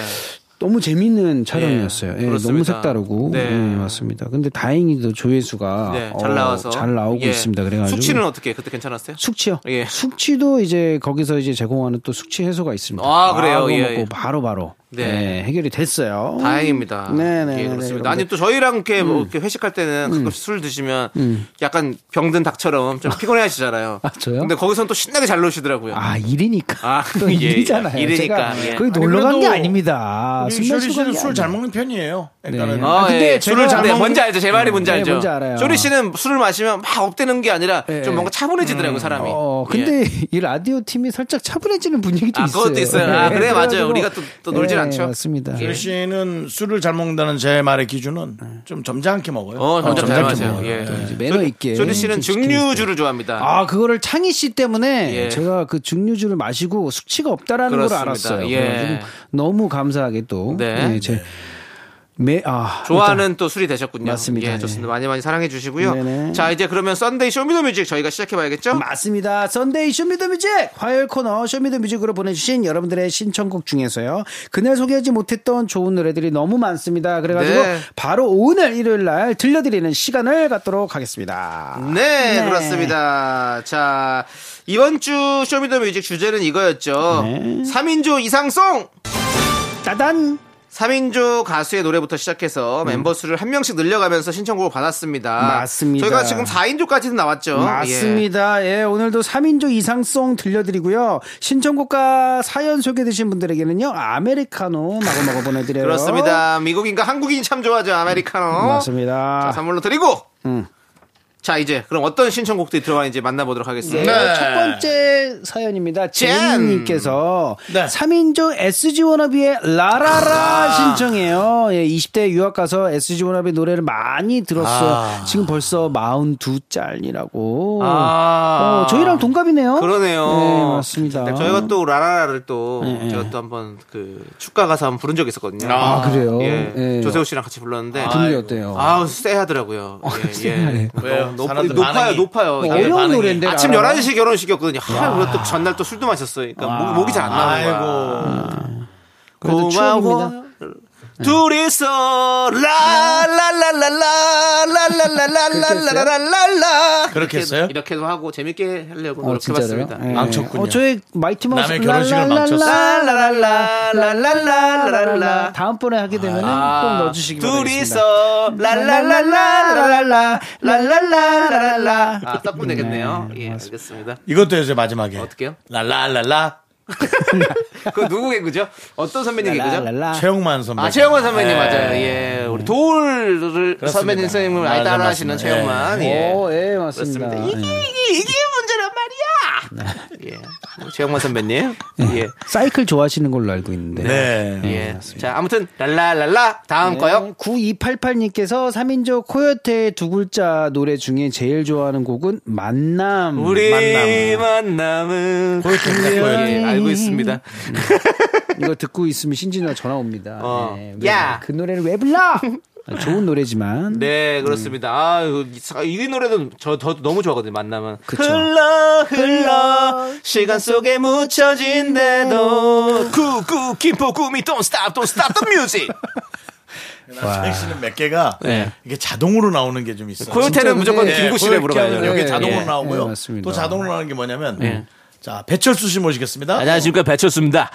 [SPEAKER 8] 너무 재밌는 촬영이었어요. 예,
[SPEAKER 2] 그렇습니다.
[SPEAKER 8] 너무 색다르고
[SPEAKER 2] 네.
[SPEAKER 8] 예, 맞습니다. 근데 다행히도 조회수가
[SPEAKER 2] 네.
[SPEAKER 8] 어,
[SPEAKER 2] 잘 나와서
[SPEAKER 8] 잘 나오고
[SPEAKER 2] 예.
[SPEAKER 8] 있습니다. 그래가지고
[SPEAKER 2] 숙취는 어떻게 그때 괜찮았어요?
[SPEAKER 8] 숙취요.
[SPEAKER 2] 예.
[SPEAKER 8] 숙취도 이제 거기서 이제 제공하는 또 숙취 해소가 있습니다.
[SPEAKER 2] 아, 그래요?
[SPEAKER 8] 그거
[SPEAKER 2] 예,
[SPEAKER 8] 먹고
[SPEAKER 2] 예.
[SPEAKER 8] 바로 바로
[SPEAKER 2] 네.
[SPEAKER 8] 네, 해결이 됐어요.
[SPEAKER 2] 다행입니다.
[SPEAKER 8] 네, 네, 음.
[SPEAKER 2] 예,
[SPEAKER 8] 네,
[SPEAKER 2] 그렇습니다.
[SPEAKER 8] 네,
[SPEAKER 2] 아니
[SPEAKER 8] 여러분들.
[SPEAKER 2] 또 저희랑 이렇게, 뭐 이렇게 회식할 때는 가끔씩 술 드시면 약간 병든 닭처럼 좀 피곤해하시잖아요.
[SPEAKER 8] 음. 아, 저요?
[SPEAKER 2] 근데 거기서는 또 신나게 잘 노시더라고요.
[SPEAKER 8] 아 일이니까
[SPEAKER 2] 아,
[SPEAKER 8] [LAUGHS] 또
[SPEAKER 2] 예, 예.
[SPEAKER 8] 일이잖아요.
[SPEAKER 2] 일이니까,
[SPEAKER 8] 제가
[SPEAKER 2] 예.
[SPEAKER 8] 거기
[SPEAKER 1] 아니,
[SPEAKER 8] 놀러 간 게
[SPEAKER 1] 그래도 우리 쇼리
[SPEAKER 8] 아닙니다. 술 마시고 간
[SPEAKER 1] 씨는
[SPEAKER 8] 게
[SPEAKER 1] 술
[SPEAKER 8] 아니에요.
[SPEAKER 1] 잘 먹는 편이에요. 일단은
[SPEAKER 8] 네. 아,
[SPEAKER 2] 근데
[SPEAKER 8] 근데
[SPEAKER 2] 예, 술을
[SPEAKER 8] 제가
[SPEAKER 2] 잘
[SPEAKER 8] 먹는-
[SPEAKER 2] 뭔지 알죠. 제 말이 뭔지
[SPEAKER 8] 네,
[SPEAKER 2] 알죠.
[SPEAKER 8] 뭔지 알아요.
[SPEAKER 2] 쇼리 씨는 술을 마시면 막 업되는 게 아니라
[SPEAKER 8] 예.
[SPEAKER 2] 좀 뭔가 차분해지더라고 사람이.
[SPEAKER 8] 어
[SPEAKER 2] 예.
[SPEAKER 8] 근데 [LAUGHS] 이 라디오 팀이 살짝 차분해지는 분위기도
[SPEAKER 2] 아,
[SPEAKER 8] 있어요.
[SPEAKER 2] 그것도 있어요. 아,
[SPEAKER 8] 네,
[SPEAKER 2] 그래, 맞아요.
[SPEAKER 8] 그래가지고-
[SPEAKER 2] 우리가 또- 또 놀진
[SPEAKER 8] 네,
[SPEAKER 2] 않죠.
[SPEAKER 8] 맞습니다.
[SPEAKER 1] 쇼리 씨는 술을 잘 먹는다는 제 말의 기준은 좀 점잖게 먹어요.
[SPEAKER 2] 어, 점점 잘 마세요.
[SPEAKER 1] 먹어요.
[SPEAKER 2] 예.
[SPEAKER 8] 이제 매너 있게
[SPEAKER 2] 쇼리 씨는
[SPEAKER 8] 좀 시키는
[SPEAKER 2] 증류주를 좋아합니다.
[SPEAKER 8] 아, 그거를 창희 씨 때문에
[SPEAKER 2] 예.
[SPEAKER 8] 제가 그 증류주를 마시고 숙취가 없다라는
[SPEAKER 2] 그렇습니다.
[SPEAKER 8] 걸 알았어요.
[SPEAKER 2] 예.
[SPEAKER 8] 그래가지고 너무 감사하게 또.
[SPEAKER 2] 네.
[SPEAKER 8] 예, 제, 매, 아.
[SPEAKER 2] 좋아하는 또 술이 되셨군요.
[SPEAKER 8] 맞습니다.
[SPEAKER 2] 예, 좋습니다. 많이 많이 사랑해 주시고요.
[SPEAKER 8] 네네.
[SPEAKER 2] 자, 이제 그러면 썬데이 쇼미더뮤직 저희가 시작해 봐야겠죠?
[SPEAKER 8] 일단- 맞습니다. 썬데이 쇼미더뮤직 화요일 코너 쇼미더뮤직으로 보내주신 여러분들의 신청곡 중에서요. 그날 소개하지 못했던 좋은 노래들이 너무 많습니다. 그래가지고
[SPEAKER 2] 네.
[SPEAKER 8] 바로 오늘 일요일 날 들려드리는 시간을 갖도록 하겠습니다.
[SPEAKER 2] 네, 그렇습니다. 자, 이번 주 쇼미더뮤직 주제는 이거였죠.
[SPEAKER 8] 네.
[SPEAKER 2] 3인조 이상송!
[SPEAKER 8] 따단.
[SPEAKER 2] 3인조 가수의 노래부터 시작해서 멤버 수를 한 명씩 늘려가면서 신청곡을 받았습니다.
[SPEAKER 8] 음. 맞습니다.
[SPEAKER 2] 저희가 지금 4인조까지는 나왔죠. 예.
[SPEAKER 8] 맞습니다. 예. 오늘도 3인조 이상송 들려드리고요. 신청곡과 사연 소개되신 분들에게는요, 아메리카노 마구마구 보내드려요.
[SPEAKER 2] 그렇습니다. 미국인과 한국인이 참 좋아하죠. 아메리카노.
[SPEAKER 8] 맞습니다.
[SPEAKER 2] 자, 선물로 드리고.
[SPEAKER 8] 음.
[SPEAKER 2] 자, 이제 그럼 어떤 신청곡들이 들어가는지 만나보도록 하겠습니다.
[SPEAKER 8] 예, 첫 번째 사연입니다. 제인님께서
[SPEAKER 1] 네.
[SPEAKER 8] 3인조 SG 워너비의
[SPEAKER 2] 아.
[SPEAKER 8] 라라라 신청해요. 예, 20대 유학 가서 SG 워너비 노래를 많이 들었어요. 지금 벌써 42짤이라고.
[SPEAKER 2] 아.
[SPEAKER 8] 어, 저희랑 동갑이네요.
[SPEAKER 2] 그러네요.
[SPEAKER 8] 네, 맞습니다.
[SPEAKER 2] 저희가 또 라라라를 또
[SPEAKER 8] 예,
[SPEAKER 2] 제가
[SPEAKER 8] 예.
[SPEAKER 2] 또 한번 그 축가 가서 한번 부른 적이 있었거든요.
[SPEAKER 8] 아, 그래요?
[SPEAKER 2] 예.
[SPEAKER 8] 예. 아,
[SPEAKER 2] 조세호 씨랑 같이 불렀는데
[SPEAKER 8] 분위기 어때요?
[SPEAKER 2] 아우 쎄하더라고요. 예, 예.
[SPEAKER 8] 쎄하네.
[SPEAKER 2] 너무 높,
[SPEAKER 1] 사람들
[SPEAKER 2] 높아요,
[SPEAKER 1] 반응이.
[SPEAKER 2] 높아요.
[SPEAKER 8] 뭐
[SPEAKER 2] 이게
[SPEAKER 8] 어려운
[SPEAKER 2] 반응이.
[SPEAKER 8] 노래인데,
[SPEAKER 2] 아침
[SPEAKER 8] 라라라?
[SPEAKER 2] 11시 결혼식이었거든요. 하,
[SPEAKER 1] 아.
[SPEAKER 2] 그리고 또 전날 또 술도 마셨어요. 그러니까 목, 목이 잘 안 나오는 거야.
[SPEAKER 8] 그래도
[SPEAKER 2] 고마워.
[SPEAKER 8] 추억입니다.
[SPEAKER 2] 둘이서
[SPEAKER 1] 아,
[SPEAKER 2] 라라라라라라라라라라라라라
[SPEAKER 1] 그렇게 했어요? 아,
[SPEAKER 2] 이렇게도 하고 재밌게 하려고
[SPEAKER 8] 어, 진짜로요?
[SPEAKER 2] 노력해봤습니다.
[SPEAKER 8] 예.
[SPEAKER 1] 망쳤군요.
[SPEAKER 8] 어, 저의 마이티 마우스
[SPEAKER 1] 남의 결혼식을
[SPEAKER 8] 랄랄랄라
[SPEAKER 1] 망쳤어.
[SPEAKER 8] 랄랄랄랄랄랄랄라.
[SPEAKER 2] 랄랄랄랄랄랄라.
[SPEAKER 8] 다음번에 하게 되면 아, 꼭
[SPEAKER 1] 아,
[SPEAKER 8] 넣어주시기 바랍니다.
[SPEAKER 2] 둘이서 랄랄랄랄랄랄라 랄랄랄랄랄라 아, 섞으면 되겠네요. 예, 알겠습니다.
[SPEAKER 1] 이것도 해주세요, 마지막에.
[SPEAKER 2] 어떻게요?
[SPEAKER 1] 랄랄랄라.
[SPEAKER 2] 그거 누구 개그죠? 어떤 선배님 개그죠?
[SPEAKER 8] 랄랄라.
[SPEAKER 1] 최홍만 선배.
[SPEAKER 2] 아, 최영만 선배님 맞아요. 예. 우리 돌을 선배님 선생님을 많이
[SPEAKER 1] 맞아,
[SPEAKER 2] 따라 하시는
[SPEAKER 1] 맞습니다.
[SPEAKER 2] 최영만. 예.
[SPEAKER 8] 오, 예, 맞습니다.
[SPEAKER 2] 이게, 이게, 이게 문제란 말이야! 예. 최영만 선배님. 예.
[SPEAKER 8] 사이클 좋아하시는 걸로 알고 있는데.
[SPEAKER 6] 네.
[SPEAKER 2] 예. 자, 아무튼 랄라랄라 다음 거요.
[SPEAKER 8] 9288님께서 3인조 코요태의 두 글자 노래 중에 제일 좋아하는 곡은 만남.
[SPEAKER 2] 우리
[SPEAKER 8] 만남.
[SPEAKER 2] 만남은 예, 알고 있습니다.
[SPEAKER 8] 이거 듣고 있으면 신진이가 전화 옵니다.
[SPEAKER 2] 어.
[SPEAKER 8] 네. 왜,
[SPEAKER 2] 야!
[SPEAKER 8] 그 노래를
[SPEAKER 2] [LAUGHS]
[SPEAKER 8] 왜 불러? 아, 좋은 노래지만.
[SPEAKER 2] 네, 그렇습니다. 아, 이- 이 노래도 저, 저 너무 좋아하거든요, 만남은.
[SPEAKER 8] 그쵸.
[SPEAKER 2] 흘러, 흘러, 시간 속에 묻혀진대도. 쿠쿠, 김포, 구미, don't stop, don't stop the music.
[SPEAKER 1] 남창희 씨는 몇 개가
[SPEAKER 2] 네.
[SPEAKER 1] 이게 자동으로 나오는 게 좀 있어요.
[SPEAKER 2] 코요태는 무조건
[SPEAKER 1] 예,
[SPEAKER 2] 김구 씨랩으로
[SPEAKER 1] 고요태 하면
[SPEAKER 2] 가야죠. 네,
[SPEAKER 1] 이게
[SPEAKER 8] 예,
[SPEAKER 1] 자동으로
[SPEAKER 8] 예.
[SPEAKER 1] 나오고요.
[SPEAKER 8] 예, 맞습니다.
[SPEAKER 1] 또 자동으로 나오는 게 뭐냐면
[SPEAKER 2] 예.
[SPEAKER 1] 자 배철수 씨 모시겠습니다.
[SPEAKER 2] 안녕하십니까, 배철수입니다.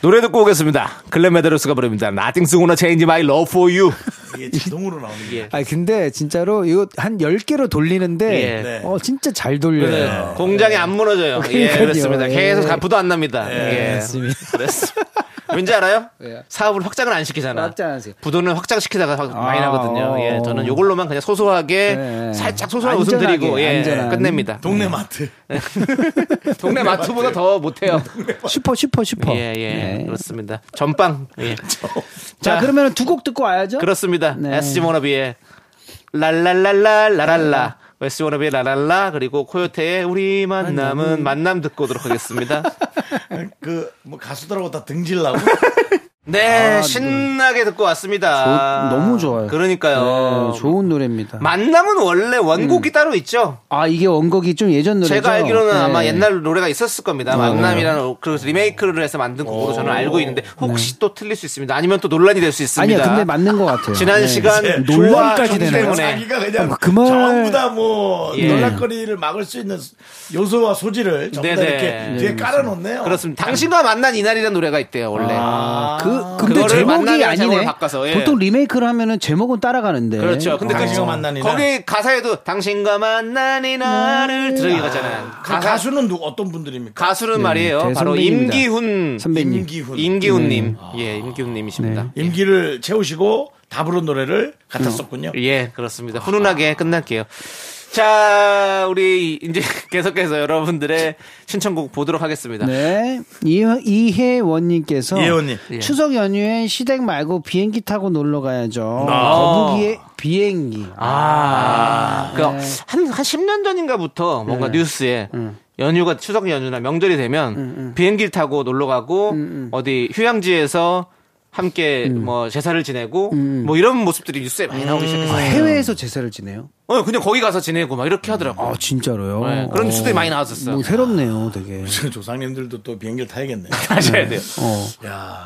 [SPEAKER 2] 노래 듣고 오겠습니다. 글렌 메데로스가 부릅니다. Nothing's gonna change my love for you.
[SPEAKER 1] 이게 자동으로 나오는 게.
[SPEAKER 8] 아 근데 진짜로 이거 한 10개로 돌리는데
[SPEAKER 2] 예.
[SPEAKER 1] 네.
[SPEAKER 8] 어 진짜 잘 돌려요.
[SPEAKER 2] 공장이 안 무너져요. 예,
[SPEAKER 8] 그러니까요.
[SPEAKER 2] 그렇습니다.
[SPEAKER 8] 예.
[SPEAKER 2] 계속 가부도 안 납니다. 예.
[SPEAKER 8] 맞습니다.
[SPEAKER 2] 그렇습니다. 왠지 알아요?
[SPEAKER 8] 예.
[SPEAKER 2] 사업을 확장을 안 시키잖아.
[SPEAKER 8] 확장 안 시켜요.
[SPEAKER 2] 부도는 확장시키다가 확- 많이
[SPEAKER 8] 아,
[SPEAKER 2] 나거든요. 예,
[SPEAKER 8] 어.
[SPEAKER 2] 저는 요걸로만 그냥 소소하게
[SPEAKER 8] 네.
[SPEAKER 2] 살짝 소소한 웃음
[SPEAKER 8] 안전하게,
[SPEAKER 2] 드리고 예,
[SPEAKER 8] 안전한.
[SPEAKER 2] 끝냅니다. 예.
[SPEAKER 1] 동네 마트.
[SPEAKER 2] [LAUGHS] 동네 마트보다 더 못해요.
[SPEAKER 8] 슈퍼 슈퍼 슈퍼.
[SPEAKER 2] 어. 예, 예.
[SPEAKER 8] 네.
[SPEAKER 2] 그렇습니다. 전빵. 예.
[SPEAKER 8] 자, 그러면 두 곡 듣고 와야죠.
[SPEAKER 2] 그렇습니다.
[SPEAKER 8] 네.
[SPEAKER 2] SG 워너비의 랄랄랄라 라랄라. 웨스 워너비의 라랄라 그리고 코요태의 우리 만남은 만남 듣고 오도록
[SPEAKER 8] [LAUGHS]
[SPEAKER 2] 하겠습니다.
[SPEAKER 1] 그 뭐 가수들하고 다 등질라고. [LAUGHS]
[SPEAKER 2] 네, 신나게 듣고 왔습니다.
[SPEAKER 8] 아, 조- 어, 너무 좋아요.
[SPEAKER 2] 그러니까요.
[SPEAKER 8] 네, 음. 좋은 노래입니다.
[SPEAKER 2] 만남은 원래 원곡이 따로 있죠.
[SPEAKER 8] 아 이게 원곡이 좀 예전 노래죠.
[SPEAKER 2] 제가 알기로는
[SPEAKER 8] 네.
[SPEAKER 2] 아마 옛날 노래가 있었을 겁니다. 만남이라는 그 리메이크를 해서 만든 곡으로 저는 알고 있는데 혹시 또 틀릴 수 있습니다. 아니면 또 논란이 될 수 있습니다.
[SPEAKER 8] 네. 아니야, 근데 맞는 것 같아요.
[SPEAKER 2] 지난
[SPEAKER 8] 네.
[SPEAKER 2] 시간
[SPEAKER 8] 논란까지
[SPEAKER 2] 좋아,
[SPEAKER 8] 되나요?
[SPEAKER 2] 때문에.
[SPEAKER 1] 자기가 그냥
[SPEAKER 6] 네.
[SPEAKER 8] 아, 그 말-
[SPEAKER 1] 전부 다뭐
[SPEAKER 2] 예.
[SPEAKER 1] 놀랄거리를 막을 수 있는 요소와 소지를 전부 다
[SPEAKER 2] 네네.
[SPEAKER 1] 이렇게 뒤에 깔아놓네요.
[SPEAKER 2] 그렇습니다. 당신과 만난 이날이라는 노래가 있대요, 원래. 아,
[SPEAKER 8] 그 근데
[SPEAKER 2] 그거를 만나는
[SPEAKER 8] 제목이
[SPEAKER 2] 제목으로
[SPEAKER 8] 아니네.
[SPEAKER 2] 바꿔서, 예.
[SPEAKER 8] 보통 리메이크를 하면은 제목은 따라가는데.
[SPEAKER 2] 그렇죠. 근데 그
[SPEAKER 1] 당신과 만난 이날.
[SPEAKER 2] 거기 가사에도 당신과 만난 이날을 들어기 가잖아요.
[SPEAKER 1] 그
[SPEAKER 2] 가사-
[SPEAKER 1] 가수는 누 어떤 분들입니까?
[SPEAKER 2] 가수는 말이에요. 바로
[SPEAKER 8] 대선배님이다.
[SPEAKER 2] 임기훈
[SPEAKER 8] 선배님.
[SPEAKER 1] 임기훈. 네.
[SPEAKER 2] 임기훈 님. 예, 임기훈 님이십니다.
[SPEAKER 1] 임기를 채우시고 다 부른 노래를 갖다 썼군요.
[SPEAKER 2] 예, 그렇습니다. 훈훈하게 끝날게요. 자, 우리 이제 [LAUGHS] 계속해서 여러분들의 신청곡 보도록 하겠습니다.
[SPEAKER 8] 네. 이, 이혜원님께서
[SPEAKER 1] 예원님.
[SPEAKER 2] 예.
[SPEAKER 8] 추석 연휴엔 시댁 말고 비행기 타고 놀러 가야죠.
[SPEAKER 1] 아.
[SPEAKER 8] 거북이의 비행기.
[SPEAKER 2] 아, 그러니까 한, 한 10년 전인가부터 뭔가 뉴스에 연휴가 추석 연휴나 명절이 되면 비행기를 타고 놀러 가고 어디 휴양지에서 함께 뭐 제사를 지내고 뭐 이런 모습들이 뉴스에 많이 나오기
[SPEAKER 8] 아,
[SPEAKER 2] 시작했어요.
[SPEAKER 8] 해외에서 제사를 지내요?
[SPEAKER 2] 어, 그냥 거기 가서 지내고 막 이렇게 하더라고요.
[SPEAKER 8] 아 진짜로요?
[SPEAKER 2] 네, 그런
[SPEAKER 8] 어.
[SPEAKER 2] 뉴스들이 많이 나왔었어요.
[SPEAKER 8] 뭐
[SPEAKER 1] 아,
[SPEAKER 8] 새롭네요, 되게.
[SPEAKER 1] 조상님들도 또 비행기를 타야겠네.
[SPEAKER 2] 하셔야 돼요.
[SPEAKER 8] 어.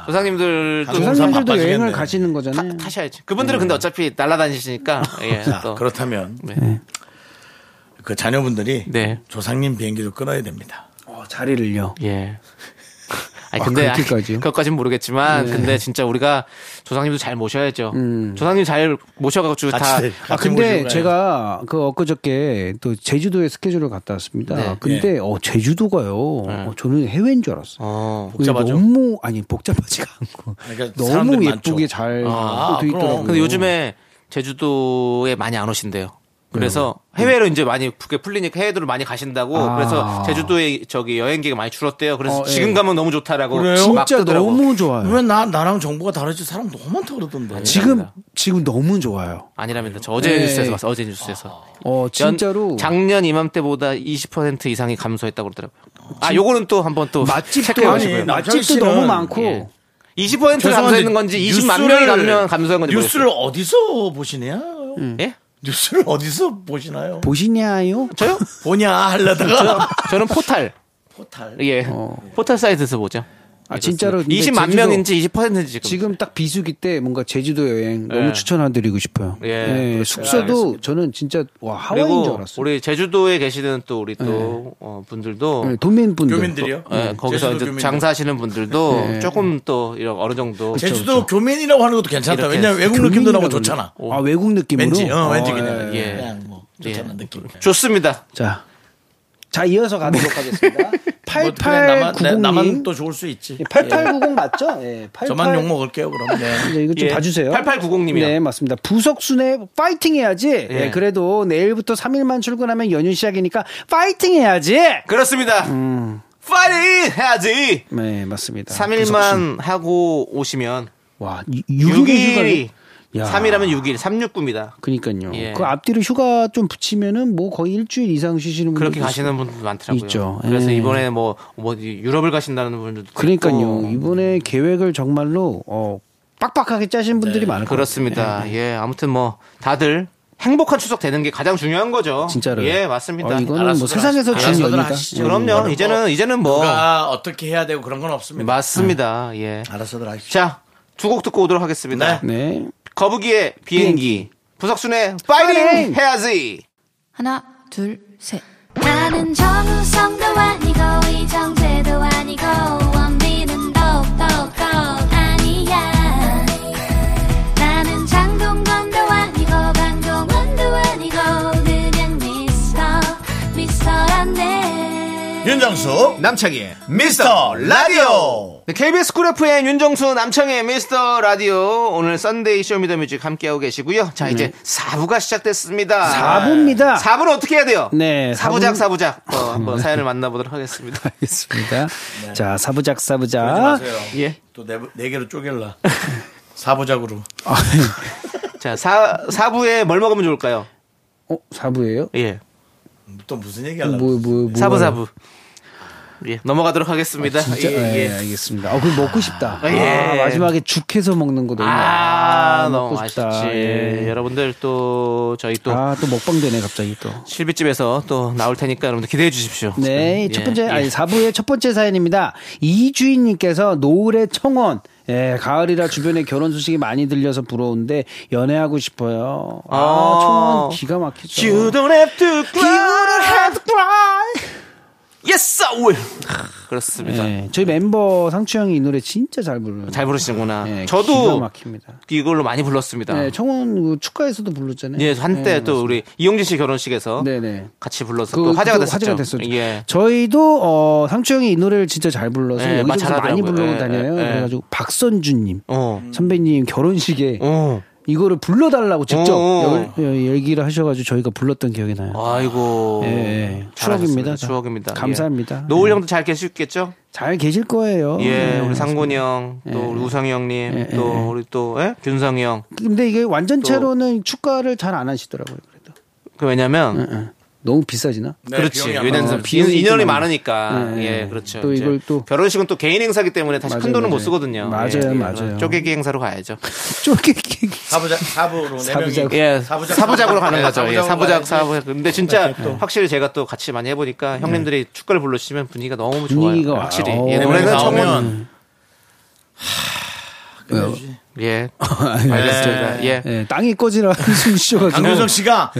[SPEAKER 2] 조상님들도
[SPEAKER 1] 조상-
[SPEAKER 8] 조상님들도
[SPEAKER 1] 바빠지겠네요.
[SPEAKER 8] 여행을 가시는
[SPEAKER 2] 타,
[SPEAKER 8] 거잖아요.
[SPEAKER 2] 타셔야지. 그분들은 근데 어차피 날아다니시니까. 예, 또.
[SPEAKER 1] 그렇다면
[SPEAKER 2] 네.
[SPEAKER 1] 그 자녀분들이
[SPEAKER 2] 네.
[SPEAKER 1] 조상님 비행기도 끊어야 됩니다.
[SPEAKER 8] 어, 자리를요. [LAUGHS]
[SPEAKER 2] 예. 아니
[SPEAKER 8] 아,
[SPEAKER 2] 근데
[SPEAKER 8] 그렇게까지요? 네.
[SPEAKER 2] 그것까진 모르겠지만 근데 진짜 우리가 조상님도 잘 모셔야죠.
[SPEAKER 8] 음.
[SPEAKER 2] 조상님 잘 모셔가지고 다
[SPEAKER 1] 같이,
[SPEAKER 8] 아
[SPEAKER 1] 같이
[SPEAKER 8] 근데
[SPEAKER 1] 모시고 가야죠.
[SPEAKER 8] 제가 그 엊그저께 또 제주도에 스케줄을 갔다 왔습니다.
[SPEAKER 2] 네.
[SPEAKER 8] 근데
[SPEAKER 1] 예.
[SPEAKER 8] 어 제주도가요. 어, 저는 해외인 줄 알았어요.
[SPEAKER 2] 어.
[SPEAKER 1] 복잡하죠?
[SPEAKER 8] 너무 아니 복잡하지가 않고
[SPEAKER 1] 그러니까
[SPEAKER 8] 너무
[SPEAKER 1] 사람들이
[SPEAKER 8] 예쁘게
[SPEAKER 1] 많죠.
[SPEAKER 8] 잘 돼
[SPEAKER 1] 아, 그럼.
[SPEAKER 8] 있더라고요.
[SPEAKER 2] 근데 요즘에 제주도에 많이 안 오신대요. 그래서 해외로 이제 많이 그게 풀리니까 해외로 많이 가신다고
[SPEAKER 8] 네. 아.
[SPEAKER 2] 그래서 제주도에 저기 여행객이 많이 줄었대요. 그래서
[SPEAKER 8] 어, 예.
[SPEAKER 2] 지금 가면 너무 좋다라고
[SPEAKER 1] 그래요?
[SPEAKER 2] 네, 막
[SPEAKER 8] 진짜
[SPEAKER 2] 뜨더라고.
[SPEAKER 8] 너무 좋아요.
[SPEAKER 1] 왜 나 나랑 정보가 다르지? 사람 너무 많다 그러던데.
[SPEAKER 8] 지금 지금 너무 좋아요.
[SPEAKER 2] 아니랍니다. 저 어제
[SPEAKER 8] 네.
[SPEAKER 2] 뉴스에서 봤어. 어제 뉴스에서.
[SPEAKER 8] 어
[SPEAKER 2] 연-
[SPEAKER 8] 진짜로
[SPEAKER 2] 작년 이맘때보다 20% 이상이 감소했다고 그러더라고요. 아, 요거는 또 한번 또
[SPEAKER 8] 맛집도
[SPEAKER 2] 체크해
[SPEAKER 8] 아니,
[SPEAKER 2] 보시고요.
[SPEAKER 1] 남창희
[SPEAKER 8] 맛집도
[SPEAKER 1] 씨는-
[SPEAKER 8] 너무 많고
[SPEAKER 2] 예. 20%
[SPEAKER 1] 죄송한데
[SPEAKER 2] 감소했는 건지 20만
[SPEAKER 1] 뉴스를-
[SPEAKER 2] 명이 감면 감소한 건지
[SPEAKER 1] 뉴스를 어디서 보시나요?
[SPEAKER 2] 모르겠어요. 예?
[SPEAKER 1] 뉴스를 어디서 보시나요?
[SPEAKER 8] 보시냐요? 아,
[SPEAKER 2] 저요?
[SPEAKER 1] 보냐 하려다가
[SPEAKER 2] 저는 포탈.
[SPEAKER 1] 포탈.
[SPEAKER 2] 예. 포탈 사이트에서 보죠.
[SPEAKER 8] 아 어. 진짜로 근데
[SPEAKER 2] 20만
[SPEAKER 8] 제주도-
[SPEAKER 2] 명인지 20%인지 지금.
[SPEAKER 8] 지금 딱 비수기 때 뭔가 제주도 여행
[SPEAKER 2] 예.
[SPEAKER 8] 너무 추천해드리고 싶어요.
[SPEAKER 2] 예,
[SPEAKER 8] 예,
[SPEAKER 2] 그렇죠.
[SPEAKER 8] 숙소도 저는 진짜 와 하와이인 줄
[SPEAKER 2] 그리고
[SPEAKER 8] 알았어요.
[SPEAKER 2] 우리 제주도에 계시는 또 우리
[SPEAKER 8] 네.
[SPEAKER 2] 또 어, 분들도
[SPEAKER 8] 예, 도민분들
[SPEAKER 1] 교민들이요? 네.
[SPEAKER 2] 예, 거기서
[SPEAKER 1] 제주도
[SPEAKER 2] 이제
[SPEAKER 1] 교민들.
[SPEAKER 2] 장사하시는 분들도
[SPEAKER 8] 네.
[SPEAKER 2] 조금 또 이런 어느 정도
[SPEAKER 1] 제주도 교민이라고 하는 것도 괜찮다.
[SPEAKER 2] 그렇죠. 이렇게
[SPEAKER 1] 왜냐면 외국 느낌도 나고 좋잖아.
[SPEAKER 8] 아 외국 느낌으로
[SPEAKER 1] 왠지, 어, 왠지
[SPEAKER 8] 어,
[SPEAKER 1] 그냥,
[SPEAKER 2] 예.
[SPEAKER 1] 그냥 뭐 좋잖아
[SPEAKER 2] 예.
[SPEAKER 1] 느낌.
[SPEAKER 2] 좋습니다.
[SPEAKER 8] 자 자, 이어서 가도록 하겠습니다.
[SPEAKER 1] 뭐 어떻게 나만,
[SPEAKER 2] 네,
[SPEAKER 1] 내-
[SPEAKER 8] 8890님.
[SPEAKER 1] 나만 또 좋을 수 있지.
[SPEAKER 8] 8890 맞죠? 예. 88
[SPEAKER 1] 저만 욕 먹을게요 그럼.
[SPEAKER 2] [LAUGHS]
[SPEAKER 1] 네.
[SPEAKER 8] 이제 이거 좀
[SPEAKER 2] 예.
[SPEAKER 8] 봐주세요.
[SPEAKER 2] 8890 님이요.
[SPEAKER 8] 네, 맞습니다. 부석순의 파이팅 해야지. 예.
[SPEAKER 2] 예.
[SPEAKER 8] 그래도 내일부터 3일만 출근하면 연휴 시작이니까 파이팅 해야지.
[SPEAKER 2] 그렇습니다.
[SPEAKER 8] 음.
[SPEAKER 2] 파이팅 해야지.
[SPEAKER 8] 네, 맞습니다.
[SPEAKER 2] 3일만 아, 하고 오시면
[SPEAKER 8] 와,
[SPEAKER 2] 6일이
[SPEAKER 8] 6일이
[SPEAKER 2] 3일하면 6일, 369입니다.
[SPEAKER 8] 그러니까요.
[SPEAKER 2] 예.
[SPEAKER 8] 그 앞뒤로 휴가 좀 붙이면은 뭐 거의 일주일 이상 쉬시는 분들
[SPEAKER 2] 그렇게 가시는 분들도 많더라고요.
[SPEAKER 8] 음, 있죠.
[SPEAKER 2] 그래서
[SPEAKER 8] 예.
[SPEAKER 2] 이번에 뭐, 뭐 유럽을 가신다는 분들도
[SPEAKER 8] 그러니까요.
[SPEAKER 2] 있고.
[SPEAKER 8] 이번에 계획을 정말로 어 빡빡하게 짜신 분들이 많을 것
[SPEAKER 2] 네, 그렇습니다. 예, 아무튼 뭐 다들 행복한 추석 되는 게 가장 중요한 거죠.
[SPEAKER 8] 같아요. 네, 진짜로.
[SPEAKER 2] 예, 맞습니다.
[SPEAKER 8] 어, 이거는 예. 뭐
[SPEAKER 1] 알아서들
[SPEAKER 8] 세상에서
[SPEAKER 1] 하시-
[SPEAKER 8] 준
[SPEAKER 1] 알아서들
[SPEAKER 8] 연이다.
[SPEAKER 1] 하시죠.
[SPEAKER 2] 그럼요. 이제는 이제는 뭐
[SPEAKER 1] 누가 어떻게 해야 되고 그런 건 없습니다.
[SPEAKER 2] 맞습니다. 예.
[SPEAKER 1] 알아서들 하십시오.
[SPEAKER 2] 자, 두 곡 듣고 오도록
[SPEAKER 1] 네.
[SPEAKER 2] 하겠습니다.
[SPEAKER 8] 음. 네.
[SPEAKER 2] 거북이의 비행기, 부석순의 파이팅
[SPEAKER 8] 파이팅!
[SPEAKER 2] 해야지.
[SPEAKER 9] 하나, 둘, 셋.
[SPEAKER 7] 나는 정우성도 아니고 이정재도 아니고 원빈은 더욱더 아니야 나는 장동건도 아니고 강동원도 아니고 그냥 미스터 미스터란데
[SPEAKER 1] 윤정수 남창희 미스터 라디오.
[SPEAKER 2] 네, KBS 쿨 FM 윤정수 남창의 미스터 라디오 오늘 썬데이 쇼미더뮤직 함께하고 계시고요.
[SPEAKER 8] 네.
[SPEAKER 2] 자 이제 4부가 시작됐습니다.
[SPEAKER 8] 4부입니다.
[SPEAKER 2] 4부는 어떻게 해야 돼요?
[SPEAKER 8] 네,
[SPEAKER 2] 사부작
[SPEAKER 8] 사부-
[SPEAKER 2] 사부작 어,
[SPEAKER 8] [LAUGHS]
[SPEAKER 2] 한번 사연을 만나보도록 하겠습니다.
[SPEAKER 8] 알겠습니다.
[SPEAKER 2] 네.
[SPEAKER 8] 자, 사부작 사부작.
[SPEAKER 1] 안녕하세요.
[SPEAKER 2] 예.
[SPEAKER 1] 또네 네 개로 쪼갤라. 사보작으로.
[SPEAKER 8] 아, 예.
[SPEAKER 2] 자, 사, 사부에 뭘 먹으면 좋을까요?
[SPEAKER 8] 어, 사부예요?
[SPEAKER 2] 예.
[SPEAKER 1] 또 무슨 얘기
[SPEAKER 8] 뭐
[SPEAKER 1] 하려고?
[SPEAKER 8] 뭐 뭐.
[SPEAKER 2] 사부, 사부. 예. 넘어가도록 하겠습니다.
[SPEAKER 8] 진짜
[SPEAKER 2] 예,
[SPEAKER 8] 예,
[SPEAKER 2] 예.
[SPEAKER 8] 알겠습니다. 어, 그거 먹고 싶다.
[SPEAKER 2] 아, 예.
[SPEAKER 8] 아, 마지막에 죽해서 먹는 거 너무
[SPEAKER 2] 아, 너무
[SPEAKER 8] 먹고 싶다.
[SPEAKER 2] 아쉽지.
[SPEAKER 8] 예.
[SPEAKER 2] 여러분들 또, 저희 또,
[SPEAKER 8] 아, 또 먹방 되네 갑자기 또.
[SPEAKER 2] 실비집에서 또 나올 테니까 여러분들 기대해 주십시오.
[SPEAKER 8] 네,
[SPEAKER 2] 예,
[SPEAKER 8] 첫 번째
[SPEAKER 2] 예.
[SPEAKER 8] 아니 4부의 첫 번째 사연입니다. 이주인님께서 노을의 청원. 예, 가을이라 주변에 결혼 소식이 많이 들려서 부러운데 연애하고 싶어요. 아,
[SPEAKER 2] 아.
[SPEAKER 8] 청원 기가 막히죠.
[SPEAKER 2] You don't have to cry. Yes, I will. 아, 그렇습니다.
[SPEAKER 8] 예, 저희 멤버 상추 형이 이 노래 진짜 잘 부르는.
[SPEAKER 2] 잘 부르시는구나.
[SPEAKER 8] 예, 기가
[SPEAKER 2] 저도
[SPEAKER 8] 막힙니다.
[SPEAKER 2] 이걸로 많이 불렀습니다.
[SPEAKER 8] 예, 청원 그 축가에서도 불렀잖아요.
[SPEAKER 2] 아. 예, 한때
[SPEAKER 8] 예,
[SPEAKER 2] 또 우리 이용진 씨 결혼식에서
[SPEAKER 8] 네네.
[SPEAKER 2] 같이 불러서
[SPEAKER 8] 그,
[SPEAKER 2] 또 화제가
[SPEAKER 8] 그거
[SPEAKER 2] 됐었죠.
[SPEAKER 8] 화제가 됐었죠.
[SPEAKER 2] 예.
[SPEAKER 8] 저희도 어, 상추 형이 이 노래를 진짜 잘 불러서
[SPEAKER 2] 예,
[SPEAKER 8] 여기저기서 많이
[SPEAKER 2] 잘하더라고요.
[SPEAKER 8] 부르고
[SPEAKER 2] 예,
[SPEAKER 8] 다녀요.
[SPEAKER 2] 예, 예.
[SPEAKER 8] 그래가지고 박선주님
[SPEAKER 2] 어.
[SPEAKER 8] 선배님 결혼식에
[SPEAKER 2] 어.
[SPEAKER 8] 이거를 불러달라고 직접
[SPEAKER 2] 어.
[SPEAKER 8] 열- 예, 얘기를 하셔가지고 저희가 불렀던 기억이 나요.
[SPEAKER 2] 아이고.
[SPEAKER 8] 예, 예.
[SPEAKER 2] 잘하셨습니다.
[SPEAKER 8] 추억입니다.
[SPEAKER 2] 추억입니다. 예.
[SPEAKER 8] 감사합니다.
[SPEAKER 2] 노을
[SPEAKER 8] 예.
[SPEAKER 2] 형도 잘 계시겠죠?
[SPEAKER 8] 잘 계실 거예요.
[SPEAKER 2] 예,
[SPEAKER 8] 네,
[SPEAKER 2] 우리 상곤이
[SPEAKER 8] 맞습니다.
[SPEAKER 2] 형, 또 우리 우성이 형님,
[SPEAKER 8] 예,
[SPEAKER 2] 또
[SPEAKER 8] 예.
[SPEAKER 2] 우리 또 예? 균성이 형.
[SPEAKER 8] 근데 이게 완전체로는 축가를 잘 안 하시더라고요. 그래도
[SPEAKER 2] 그 왜냐면
[SPEAKER 8] 예. 너무 비싸지나?
[SPEAKER 1] 네,
[SPEAKER 2] 그렇지.
[SPEAKER 1] 기억이 안
[SPEAKER 2] 왜냐면
[SPEAKER 1] 나.
[SPEAKER 2] 인-
[SPEAKER 8] 비용이
[SPEAKER 2] 인연이
[SPEAKER 8] 좀
[SPEAKER 2] 많으니까.
[SPEAKER 8] 많아요.
[SPEAKER 2] 예,
[SPEAKER 8] 예,
[SPEAKER 2] 그렇죠.
[SPEAKER 8] 또
[SPEAKER 2] 이제
[SPEAKER 8] 이걸 또-
[SPEAKER 2] 결혼식은 또 개인 행사기 때문에 다시
[SPEAKER 8] 맞아요,
[SPEAKER 2] 큰 돈은 못
[SPEAKER 8] 맞아요.
[SPEAKER 2] 쓰거든요.
[SPEAKER 8] 맞아요,
[SPEAKER 2] 예, 예.
[SPEAKER 8] 맞아요.
[SPEAKER 2] 쪼개기 행사로 가야죠.
[SPEAKER 8] [LAUGHS] 쪼개기
[SPEAKER 1] 사보작 사보로 네 명이.
[SPEAKER 8] [LAUGHS] 사부작.
[SPEAKER 2] 예,
[SPEAKER 1] 사부작.
[SPEAKER 2] 사부작으로 가는
[SPEAKER 1] 네,
[SPEAKER 2] 거죠. 예,
[SPEAKER 1] 사부작으로
[SPEAKER 2] 사부작,
[SPEAKER 1] 가야지.
[SPEAKER 2] 사부작. 근데 진짜
[SPEAKER 8] 네,
[SPEAKER 2] 확실히 제가 또 같이 많이 해보니까 형님들이 축가를 불러주시면 분위기가 너무 좋아요.
[SPEAKER 8] 분위기가 와요.
[SPEAKER 2] 확실히.
[SPEAKER 8] 어.
[SPEAKER 2] 예,
[SPEAKER 8] 네
[SPEAKER 2] 노래는
[SPEAKER 1] 명이
[SPEAKER 2] 청혼.
[SPEAKER 1] 나오면
[SPEAKER 2] 예.
[SPEAKER 8] 네.
[SPEAKER 2] 알겠습니다. 예.
[SPEAKER 8] 예, 땅이 꺼지라 [LAUGHS] 한숨 쉬어가지고
[SPEAKER 1] 강균성 씨가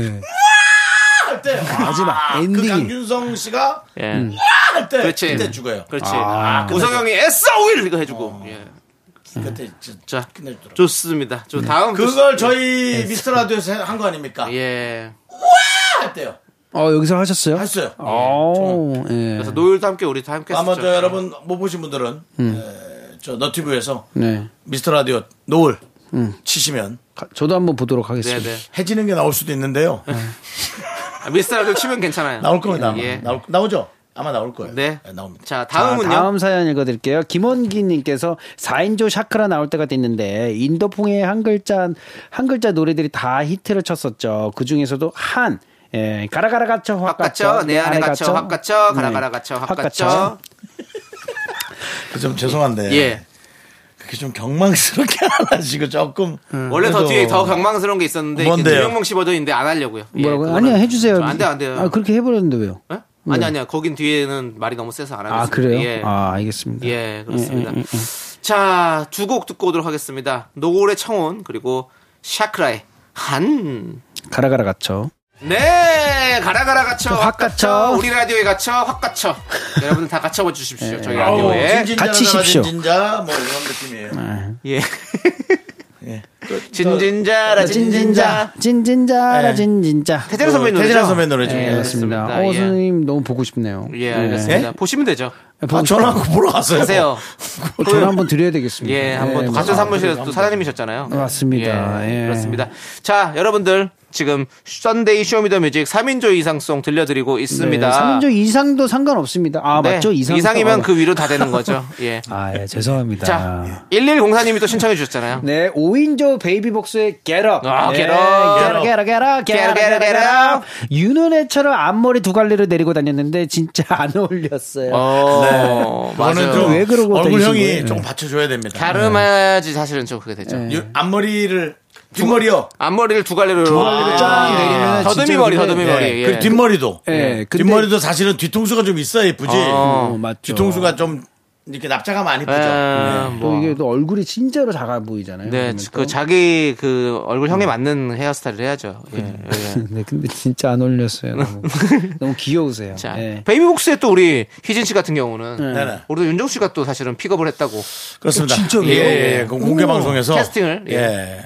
[SPEAKER 1] 할때
[SPEAKER 2] 아,
[SPEAKER 8] 마지막
[SPEAKER 1] 그
[SPEAKER 8] 엔딩이
[SPEAKER 1] 강균성 씨가
[SPEAKER 2] 예.
[SPEAKER 8] 음.
[SPEAKER 1] 할때
[SPEAKER 2] 그렇지.
[SPEAKER 1] 그때 죽어요.
[SPEAKER 2] 그렇지.
[SPEAKER 8] 아,
[SPEAKER 2] 아, 우성형이 S O Will 이거
[SPEAKER 8] 어.
[SPEAKER 2] 해주고. 예.
[SPEAKER 1] 그때 진짜
[SPEAKER 2] 자,
[SPEAKER 1] 끝내주더라고.
[SPEAKER 2] 좋습니다.
[SPEAKER 8] 네.
[SPEAKER 2] 저 다음
[SPEAKER 1] 그걸 저희 미스터 라디오에서 한 거 아닙니까?
[SPEAKER 2] 분- 예.
[SPEAKER 1] 할 때요.
[SPEAKER 8] 어 여기서 하셨어요?
[SPEAKER 1] 했어요.
[SPEAKER 2] 아,
[SPEAKER 8] 어, 예.
[SPEAKER 2] 네, 그래서 노율도 함께 우리도 함께
[SPEAKER 1] 아마
[SPEAKER 2] 했었죠.
[SPEAKER 1] 저 여러분 못 보신 분들은
[SPEAKER 2] 음.
[SPEAKER 1] 에, 저 너튜브에서
[SPEAKER 8] 네.
[SPEAKER 1] 미스터 라디오 노을 치시면
[SPEAKER 8] 가- 저도 한번 보도록 하겠습니다.
[SPEAKER 2] 네네.
[SPEAKER 1] 해지는 게 나올 수도 있는데요.
[SPEAKER 2] 아, 미스터라도 치면 괜찮아요.
[SPEAKER 1] 나올 겁니다. 아마.
[SPEAKER 2] 예.
[SPEAKER 1] 나올, 나오죠? 아마 나올 거예요.
[SPEAKER 2] 네.
[SPEAKER 1] 나옵니다.
[SPEAKER 2] 자,
[SPEAKER 8] 자,
[SPEAKER 2] 다음은요.
[SPEAKER 8] 아, 다음 사연 읽어드릴게요. 김원기님께서 4인조 샤크라 나올 때가 됐는데 인도풍의 한 글자 한 글자 노래들이 다 히트를 쳤었죠. 그 중에서도 한 예, 가라가라 갇혀 확 갇혀 네.
[SPEAKER 2] 갇혀, 내 안에 갇혀, 확
[SPEAKER 8] 음.
[SPEAKER 2] 갇혀, 가라가라 갇혀, 확 갇혀.
[SPEAKER 1] 그 좀 죄송한데
[SPEAKER 2] 예.
[SPEAKER 1] 그게 좀 경망스럽게 [LAUGHS] 하시고 조금
[SPEAKER 2] 음. 원래 더
[SPEAKER 1] 음. 그래서-
[SPEAKER 2] 뒤에 더 강망스러운 게 있었는데 이제
[SPEAKER 1] 뭔데요?
[SPEAKER 2] 유명몽 씨 버전인데 안 하려고요. 예,
[SPEAKER 8] 뭐라고? 요
[SPEAKER 2] 그거는
[SPEAKER 8] 아니요 해주세요.
[SPEAKER 2] 저 안 돼, 안 돼요.
[SPEAKER 8] 아 그렇게 해버렸는데 왜요?
[SPEAKER 2] 예? 아니 아니야. 거긴 뒤에는 말이 너무 세서 안 하겠습니다.
[SPEAKER 8] 아 그래요?
[SPEAKER 2] 예.
[SPEAKER 8] 아 알겠습니다.
[SPEAKER 2] 예, 그렇습니다. 자, 두 곡 듣고 오도록 하겠습니다. 노골의 청혼 그리고 샤크라의 한.
[SPEAKER 8] 가라가라 갇혀.
[SPEAKER 2] 네, 가라 가라 갇혀.
[SPEAKER 8] 확 갇혀.
[SPEAKER 2] 우리 라디오에 갇혀. 확 갇혀. 여러분들 다
[SPEAKER 8] [LAUGHS]
[SPEAKER 2] 갇혀 봐
[SPEAKER 8] 예.
[SPEAKER 2] 주십시오. 저희 라디오에.
[SPEAKER 1] 뭐 진
[SPEAKER 8] 같이 십시오. 네.
[SPEAKER 1] 진자 뭐 이런 느낌이에요.
[SPEAKER 2] 예. 진진자라 진진자.
[SPEAKER 8] 어, 진진자 진진자라
[SPEAKER 1] 예.
[SPEAKER 8] 진진자
[SPEAKER 2] 태진아 선배 노래죠?
[SPEAKER 1] 태진아 선배 노래죠.
[SPEAKER 2] 예,
[SPEAKER 1] 예,
[SPEAKER 8] 그렇습니다.
[SPEAKER 2] 예.
[SPEAKER 8] 어 선생님 너무 보고 싶네요.
[SPEAKER 2] 예, 알겠습니다. 보시면 되죠.
[SPEAKER 1] 아, 전화하고 보러 갔어요.
[SPEAKER 2] 하세요.
[SPEAKER 8] 전화 한번 드려야 되겠습니다.
[SPEAKER 2] 그 예, 한번
[SPEAKER 8] 네,
[SPEAKER 2] 또 가수 사무실에서 또 사장님이셨잖아요.
[SPEAKER 8] 맞습니다.
[SPEAKER 2] 예,
[SPEAKER 8] 예.
[SPEAKER 2] 그렇습니다. 자, 여러분들 지금 썬데이 쇼미더뮤직 3인조 이상송 들려드리고 있습니다.
[SPEAKER 8] 3인조 네, 이상도 상관없습니다. 아
[SPEAKER 2] 네,
[SPEAKER 8] 맞죠? 이상
[SPEAKER 2] 이상이면 그 위로 다 되는 거죠.
[SPEAKER 8] [LAUGHS]
[SPEAKER 2] 예.
[SPEAKER 8] 아 예, 죄송합니다.
[SPEAKER 2] 자, 1104님이 또 신청해 주셨잖아요.
[SPEAKER 8] [LAUGHS] 네, 5인조 베이비복스의 Get Up.
[SPEAKER 2] 아,
[SPEAKER 8] 네,
[SPEAKER 2] Get Up.
[SPEAKER 8] Get Up, Get Up, Get Up,
[SPEAKER 2] Get Up, Get Up.
[SPEAKER 8] 윤은혜처럼 앞머리 두 갈래로 내리고 다녔는데 진짜 안 어울렸어요.
[SPEAKER 2] 어,
[SPEAKER 1] 저는
[SPEAKER 2] 맞아요.
[SPEAKER 1] 좀
[SPEAKER 8] 네. 왜 그러고
[SPEAKER 1] 얼굴형이
[SPEAKER 8] 다니신 거예요?
[SPEAKER 1] 좀 받쳐줘야 됩니다.
[SPEAKER 2] 가르마지 사실은 좀 그게
[SPEAKER 8] 네.
[SPEAKER 2] 되죠.
[SPEAKER 1] 요- 앞머리를 뒷머리요.
[SPEAKER 2] 앞머리를 두 갈래로
[SPEAKER 8] 쫙
[SPEAKER 2] 아,
[SPEAKER 8] 내리면은
[SPEAKER 2] 더듬이
[SPEAKER 8] 진짜
[SPEAKER 2] 머리,
[SPEAKER 8] 근데-
[SPEAKER 2] 더듬이
[SPEAKER 1] 예,
[SPEAKER 6] 네.
[SPEAKER 2] 머리. 예.
[SPEAKER 1] 그리고 뒷머리도.
[SPEAKER 8] 예,
[SPEAKER 1] 예.
[SPEAKER 8] 근데-
[SPEAKER 1] 뒷머리도 사실은 뒤통수가 좀 있어야 예쁘지.
[SPEAKER 2] 어,
[SPEAKER 8] 어, 맞죠.
[SPEAKER 1] 뒤통수가 좀 이렇게 납작하면 안 예쁘죠.
[SPEAKER 2] 예,
[SPEAKER 8] 또
[SPEAKER 2] 뭐.
[SPEAKER 8] 이게 또 얼굴이 진짜로 작아
[SPEAKER 2] 네,
[SPEAKER 8] 보이잖아요. 네. 그러면 또.
[SPEAKER 2] 그 자기 그 얼굴형에 맞는 헤어스타일을 해야죠. 예, 예.
[SPEAKER 8] 네, 근데 진짜 안 어울렸어요.
[SPEAKER 2] [LAUGHS]
[SPEAKER 8] 너무, 너무 귀여우세요.
[SPEAKER 2] 자,
[SPEAKER 8] 예.
[SPEAKER 2] 베이비복스의 또 우리 희진 씨 같은 경우는
[SPEAKER 1] 네네.
[SPEAKER 2] 우리도 윤정 씨가 또 사실은 픽업을 했다고.
[SPEAKER 1] 그렇습니다.
[SPEAKER 8] 진짜로요?
[SPEAKER 1] 예, 예, 예. 그 공개 방송에서
[SPEAKER 2] 캐스팅을, 예.
[SPEAKER 1] 예.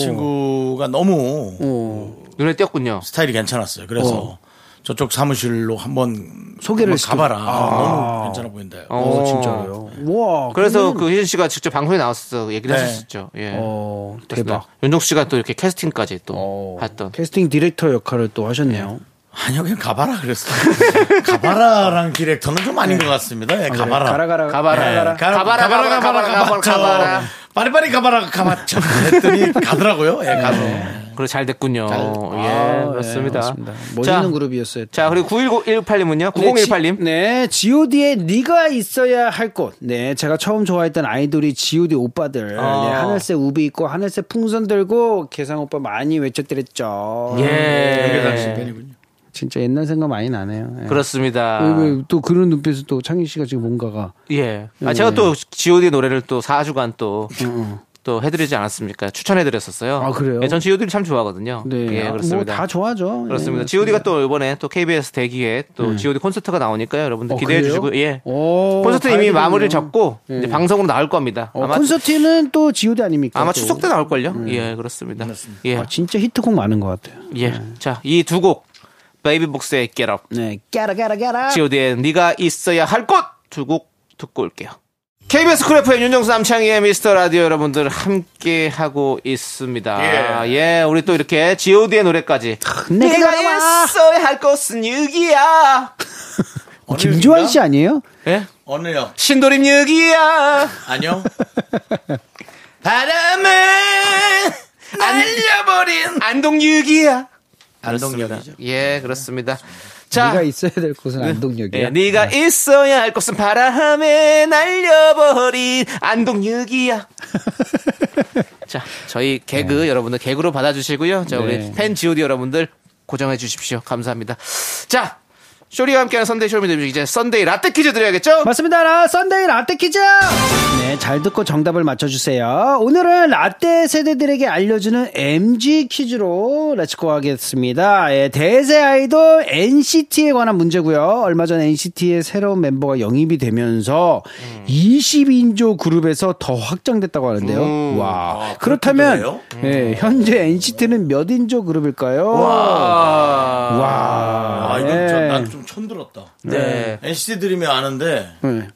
[SPEAKER 1] 친구가 너무
[SPEAKER 8] 오,
[SPEAKER 2] 눈에 띄었군요.
[SPEAKER 1] 스타일이 괜찮았어요. 그래서 저쪽 사무실로 한번
[SPEAKER 8] 소개를
[SPEAKER 1] 한번
[SPEAKER 8] 시켜-
[SPEAKER 1] 가봐라. 너무 괜찮아 보인다.
[SPEAKER 2] 어,
[SPEAKER 8] 진짜요? 와,
[SPEAKER 2] 그래서 그 희진 씨가 직접 방송에 나왔어 얘기를
[SPEAKER 1] 네.
[SPEAKER 2] 했었죠. 예.
[SPEAKER 8] 어,
[SPEAKER 2] 그렇습니다.
[SPEAKER 8] 대박.
[SPEAKER 2] 윤정 씨가 또 이렇게 캐스팅까지 또
[SPEAKER 8] 어,
[SPEAKER 2] 했던.
[SPEAKER 8] 캐스팅 디렉터 역할을 또 하셨네요.
[SPEAKER 1] 아니요, [LAUGHS] 그냥 가봐라 그랬어. 가봐라랑 디렉터는 좀 아닌 것 같습니다. 예, 가봐라.
[SPEAKER 8] 가라 가라
[SPEAKER 2] 가봐라.
[SPEAKER 1] 예,
[SPEAKER 2] 가봐라.
[SPEAKER 1] 가라,
[SPEAKER 2] 가봐라,
[SPEAKER 1] 가봐라, 가봐라,
[SPEAKER 2] 가봐라, 가봐라,
[SPEAKER 1] 가봐라,
[SPEAKER 2] 가봐라.
[SPEAKER 1] 가봐라. 빠리빠리 가봐라, 가봤죠. 했더니 가더라고요. 예, 가서.
[SPEAKER 2] 그래 잘 됐군요. 예,
[SPEAKER 8] 아, 네,
[SPEAKER 2] 그렇습니다.
[SPEAKER 8] 맞습니다.
[SPEAKER 2] 자,
[SPEAKER 8] 멋있는 그룹이었어요.
[SPEAKER 2] 자, 그리고 91918님은요.
[SPEAKER 8] 네, 지-
[SPEAKER 2] 9018님.
[SPEAKER 8] 네, G.O.D의 네가 있어야 할 곳. 네, 제가 처음 좋아했던 아이돌이 G.O.D 오빠들.
[SPEAKER 2] 아.
[SPEAKER 8] 네, 하늘색 우비 입고 하늘색 풍선 들고 개상 오빠 많이 외쳤더랬죠.
[SPEAKER 1] 네.
[SPEAKER 2] 예.
[SPEAKER 8] 진짜 옛날 생각 많이 나네요. 예.
[SPEAKER 2] 그렇습니다.
[SPEAKER 8] 왜, 왜또 그런 눈빛에서 또 창희 씨가 지금 뭔가가
[SPEAKER 2] 예. 아, 제가 또 GOD 노래를 또 4주간 또, 또 해드리지 않았습니까? 추천해드렸었어요.
[SPEAKER 8] 음, 아, 그래요?
[SPEAKER 2] 예, 전 GOD를 참 좋아하거든요.
[SPEAKER 8] 네,
[SPEAKER 2] 예,
[SPEAKER 8] 아,
[SPEAKER 2] 그렇습니다.
[SPEAKER 8] 뭐다 좋아하죠.
[SPEAKER 2] 그렇습니다.
[SPEAKER 8] 예, 네.
[SPEAKER 2] GOD가 또 이번에 또 KBS 대기에 또 GOD 콘서트가 나오니까요. 여러분들
[SPEAKER 8] 어,
[SPEAKER 2] 기대해
[SPEAKER 8] 그래요?
[SPEAKER 2] 주시고, 예.
[SPEAKER 8] 오,
[SPEAKER 2] 콘서트 이미
[SPEAKER 8] 다행이네요.
[SPEAKER 2] 마무리를 접고
[SPEAKER 8] 예.
[SPEAKER 2] 이제 방송으로 나올 겁니다.
[SPEAKER 8] 어,
[SPEAKER 2] 아마,
[SPEAKER 8] 콘서트는 또 G.O.D 아닙니까?
[SPEAKER 2] 아마
[SPEAKER 8] 또. 네.
[SPEAKER 2] 추석 때 나올걸요? 예, 그렇습니다. 예.
[SPEAKER 8] 아, 네. 진짜 히트곡 많은 것 같아요.
[SPEAKER 2] 예. 자, 이 두 곡. 베이비복스의 Get Up.
[SPEAKER 8] 네, 깨라 깨라 깨라.
[SPEAKER 2] god의 네가 있어야 할 것 두 곡 듣고 올게요. KBS 쿨 FM 윤정수 남창희의 미스터 라디오 여러분들 함께 하고 있습니다. 예, 우리 또 이렇게 god의 노래까지.
[SPEAKER 8] 내가 와.
[SPEAKER 2] 있어야 할 것은 육이야.
[SPEAKER 8] 어, 김조한 씨 아니에요?
[SPEAKER 2] 예?
[SPEAKER 1] 오늘요.
[SPEAKER 2] 신도림 육이야.
[SPEAKER 1] 아니요.
[SPEAKER 2] 바람에 날려버린 안동 육이야.
[SPEAKER 1] 안동역이죠.
[SPEAKER 2] 예, 그렇습니다.
[SPEAKER 8] 네가
[SPEAKER 2] 자,
[SPEAKER 8] 있어야 될 곳은 안동역이야.
[SPEAKER 2] 예, 네가 있어야 할 것은 바람에 날려버린 안동육이야.
[SPEAKER 8] [LAUGHS]
[SPEAKER 2] 자, 저희 개그 여러분들 개그로 받아주시고요. 자, 우리
[SPEAKER 8] 네.
[SPEAKER 2] 팬 GOD 여러분들 고정해 주십시오. 감사합니다. 자, 쇼리와 함께하는 썬데이 쇼미더뮤직 이제 썬데이 라떼 퀴즈 드려야겠죠?
[SPEAKER 8] 맞습니다. 라, 썬데이 라떼 퀴즈! 네, 잘 듣고 정답을 맞춰주세요. 오늘은 라떼 세대들에게 알려주는 MG 퀴즈로 렛츠고 하겠습니다. 예, 대세 아이돌 NCT에 관한 문제고요. 얼마 전 NCT의 새로운 멤버가 영입이 되면서 20인조 그룹에서 더 확장됐다고 하는데요.
[SPEAKER 2] 음. 아,
[SPEAKER 8] 와. 그렇다면, 예, 현재 NCT는 몇 인조 그룹일까요?
[SPEAKER 2] 와.
[SPEAKER 8] 와.
[SPEAKER 1] 아,
[SPEAKER 8] 예.
[SPEAKER 1] 이건 좀, 난좀 처음 들었다.
[SPEAKER 2] 아, 네.
[SPEAKER 1] NCT 드림이 아는데
[SPEAKER 8] 예.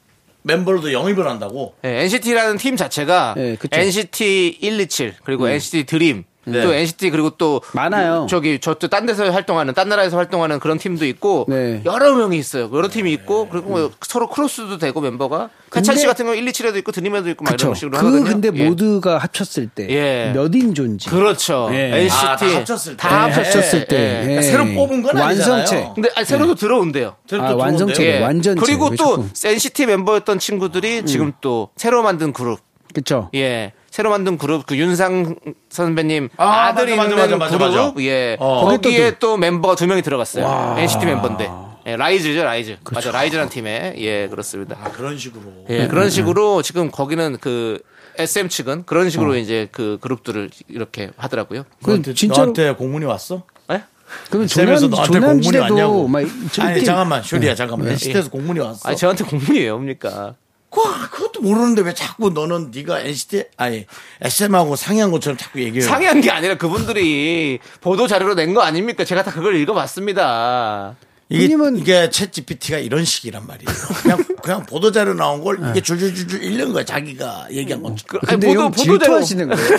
[SPEAKER 1] 멤버로도 영입을 한다고.
[SPEAKER 2] 네, NCT라는 팀 자체가
[SPEAKER 8] 네, 그쵸. 음. 네.
[SPEAKER 2] NCT 127 그리고 NCT 드림 또 NCT 그리고 또
[SPEAKER 8] 많아요.
[SPEAKER 2] 저기 저 또 딴 데서 활동하는 딴 나라에서 활동하는 그런 팀도 있고
[SPEAKER 8] 네. 음.
[SPEAKER 2] 여러 명이 있어요. 여러
[SPEAKER 1] 네.
[SPEAKER 2] 팀이 있고 그리고 뭐 서로 크로스도 되고 멤버가 해찬 씨 같은 경우 127에도 있고 드림에도 있고 막
[SPEAKER 8] 그쵸.
[SPEAKER 2] 이런 식으로
[SPEAKER 8] 그
[SPEAKER 2] 하거든요.
[SPEAKER 8] 근데
[SPEAKER 2] 예.
[SPEAKER 8] 모두가 합쳤을 때
[SPEAKER 2] 예.
[SPEAKER 8] 몇 인조인지
[SPEAKER 2] 그렇죠.
[SPEAKER 8] 예.
[SPEAKER 2] NCT
[SPEAKER 1] 아, 다 합쳤을 때.
[SPEAKER 2] 다
[SPEAKER 8] 네.
[SPEAKER 2] 합쳤을
[SPEAKER 1] 예.
[SPEAKER 8] 합쳤을 때
[SPEAKER 2] 예.
[SPEAKER 8] 예.
[SPEAKER 1] 새로 뽑은 건 아니잖아요.
[SPEAKER 8] 완성체.
[SPEAKER 2] 근데 아니, 새로도 들어온대요.
[SPEAKER 1] 새로
[SPEAKER 8] 아,
[SPEAKER 1] 또 들어온대요.
[SPEAKER 8] 완성체네.
[SPEAKER 2] 예.
[SPEAKER 8] 완전체.
[SPEAKER 2] 그리고
[SPEAKER 8] 왜
[SPEAKER 2] 또
[SPEAKER 8] 자꾸. 음.
[SPEAKER 2] NCT 멤버였던 친구들이 지금 또 새로 만든 그룹
[SPEAKER 8] 그렇죠.
[SPEAKER 2] 예. 새로 만든 그룹 그 윤상 선배님
[SPEAKER 1] 아,
[SPEAKER 2] 아, 들이
[SPEAKER 1] 맞아, 맞아,
[SPEAKER 2] 있는
[SPEAKER 1] 맞아, 맞아,
[SPEAKER 2] 그룹
[SPEAKER 1] 맞아.
[SPEAKER 2] 예
[SPEAKER 1] 어.
[SPEAKER 2] 거기에 또, 멤버가 두 명이 들어갔어요 NCT 멤버인데 예, 라이즈죠 라이즈
[SPEAKER 1] 그렇죠.
[SPEAKER 2] 맞아 라이즈란 팀에 예 그렇습니다
[SPEAKER 1] 그런
[SPEAKER 8] 음,
[SPEAKER 1] 식으로.
[SPEAKER 2] 예 그런 식으로 지금 거기는 그 SM 측은 그런 식으로
[SPEAKER 1] 어.
[SPEAKER 2] 이제 그 그룹들을 이렇게 하더라고요
[SPEAKER 1] 너한테,
[SPEAKER 8] 진짜로-
[SPEAKER 1] 너한테 공문이 왔어?
[SPEAKER 2] 예?
[SPEAKER 8] 그럼
[SPEAKER 1] 세면서 너한테 공문이 왔냐고.
[SPEAKER 8] 조남지대도 막 네.
[SPEAKER 1] 아니 잠깐만 쇼리야 잠깐만 NCT에서 공문이 왔어.
[SPEAKER 2] 아니 저한테 공문이에요 뭡니까
[SPEAKER 1] 그, 그것도
[SPEAKER 6] 아무것도 모르는데 왜 자꾸 너는 네가 NCT 아니 SM하고 상의한 것처럼 자꾸 얘기해요.
[SPEAKER 2] 상의한 게 아니라 그분들이 보도 자료로 낸 거 아닙니까? 제가 다 그걸 읽어봤습니다.
[SPEAKER 6] 이게, 이게 챗 GPT가 이런 식이란 말이에요. 그냥, 그냥 보도자료 나온 걸
[SPEAKER 8] 네.
[SPEAKER 6] 이게 줄줄줄줄 읽는 거야, 자기가 얘기한 건.
[SPEAKER 2] 그, 아니,
[SPEAKER 8] 근데
[SPEAKER 2] 보도
[SPEAKER 8] 형
[SPEAKER 2] 보도대로
[SPEAKER 8] 질투하시는 거예요? [LAUGHS]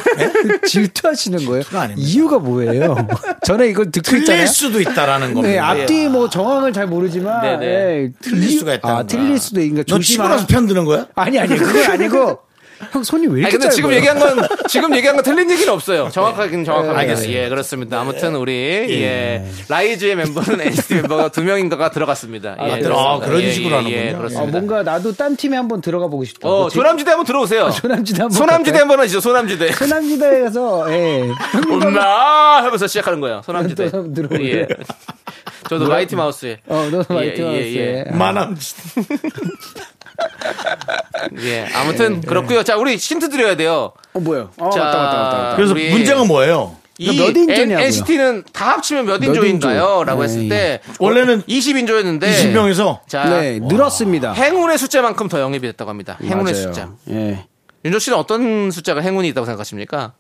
[SPEAKER 8] 그 질투하시는 거예요?
[SPEAKER 6] 아닙니다.
[SPEAKER 8] 이유가 뭐예요? [LAUGHS] 전에 이걸 듣고 있잖아요.
[SPEAKER 6] 틀릴 수도 있다라는 겁니다.
[SPEAKER 8] 네,
[SPEAKER 2] 예,
[SPEAKER 8] 앞뒤 뭐 정황을 잘 모르지만
[SPEAKER 2] 네네.
[SPEAKER 8] 예,
[SPEAKER 6] 틀릴
[SPEAKER 8] 이-
[SPEAKER 6] 수가 있다는 거야.
[SPEAKER 8] 아, 틀릴 수도 있는
[SPEAKER 6] 너 치고
[SPEAKER 2] 아.
[SPEAKER 6] 나서 편드는 거야?
[SPEAKER 8] 아니 아니 그건 아니고 형 손이 왜
[SPEAKER 2] 아니
[SPEAKER 8] 이렇게
[SPEAKER 2] 근데
[SPEAKER 8] 짧아요?
[SPEAKER 2] 지금 얘기한 건 지금 얘기한 건 틀린 얘기는 없어요. 정확하긴 정확합니다. 예, 그렇습니다. 아무튼 우리 예. 라이즈의 멤버는 NCT 멤버가 두 명인가가 들어갔습니다. 예,
[SPEAKER 6] 아,
[SPEAKER 2] 그렇습니다.
[SPEAKER 6] 아, 그런 식으로 하는군요.
[SPEAKER 2] 예,
[SPEAKER 8] 아,
[SPEAKER 2] 그렇습니다.
[SPEAKER 8] 뭔가 나도 딴 팀에 한번 들어가 보고 싶다.
[SPEAKER 2] 어,
[SPEAKER 8] 그치? [LAUGHS]
[SPEAKER 2] 조남지대 한번 들어오세요.
[SPEAKER 8] 조남지대 한번
[SPEAKER 2] 소남지대
[SPEAKER 8] 갈까요?
[SPEAKER 2] 한번 하시죠. 소남지대.
[SPEAKER 8] 소남지대에서 예.
[SPEAKER 2] 온나 하면서 시작하는 거예요. 소남지대.
[SPEAKER 8] 또 들어오네.
[SPEAKER 2] 예. 저도 마이티 마우스에.
[SPEAKER 8] 어, 너무 많이
[SPEAKER 2] 예,
[SPEAKER 8] 들어왔어요.
[SPEAKER 2] 예,
[SPEAKER 6] 만함.
[SPEAKER 2] 예. 아무튼 그렇고요. 자, 우리 힌트 드려야 돼요.
[SPEAKER 8] 어 뭐야? 어,
[SPEAKER 2] 자,
[SPEAKER 8] 왔다 왔다 왔다. 왔다.
[SPEAKER 6] 그래서
[SPEAKER 2] 아, 우리
[SPEAKER 6] 문제가 뭐예요?
[SPEAKER 2] 이
[SPEAKER 8] 몇 인조냐고요?
[SPEAKER 2] NCT는 다 합치면 몇
[SPEAKER 8] 몇 인조?
[SPEAKER 2] 인조인가요? 라고 했을 때
[SPEAKER 6] 원래는
[SPEAKER 2] 20인조였는데
[SPEAKER 6] 20명에서
[SPEAKER 2] 자,
[SPEAKER 8] 네, 늘었습니다.
[SPEAKER 2] 행운의 숫자만큼 더 영입이 됐다고 합니다. 행운의
[SPEAKER 8] 맞아요.
[SPEAKER 2] 숫자.
[SPEAKER 8] 예.
[SPEAKER 2] 윤조 씨는 어떤 숫자가 행운이 있다고 생각하십니까?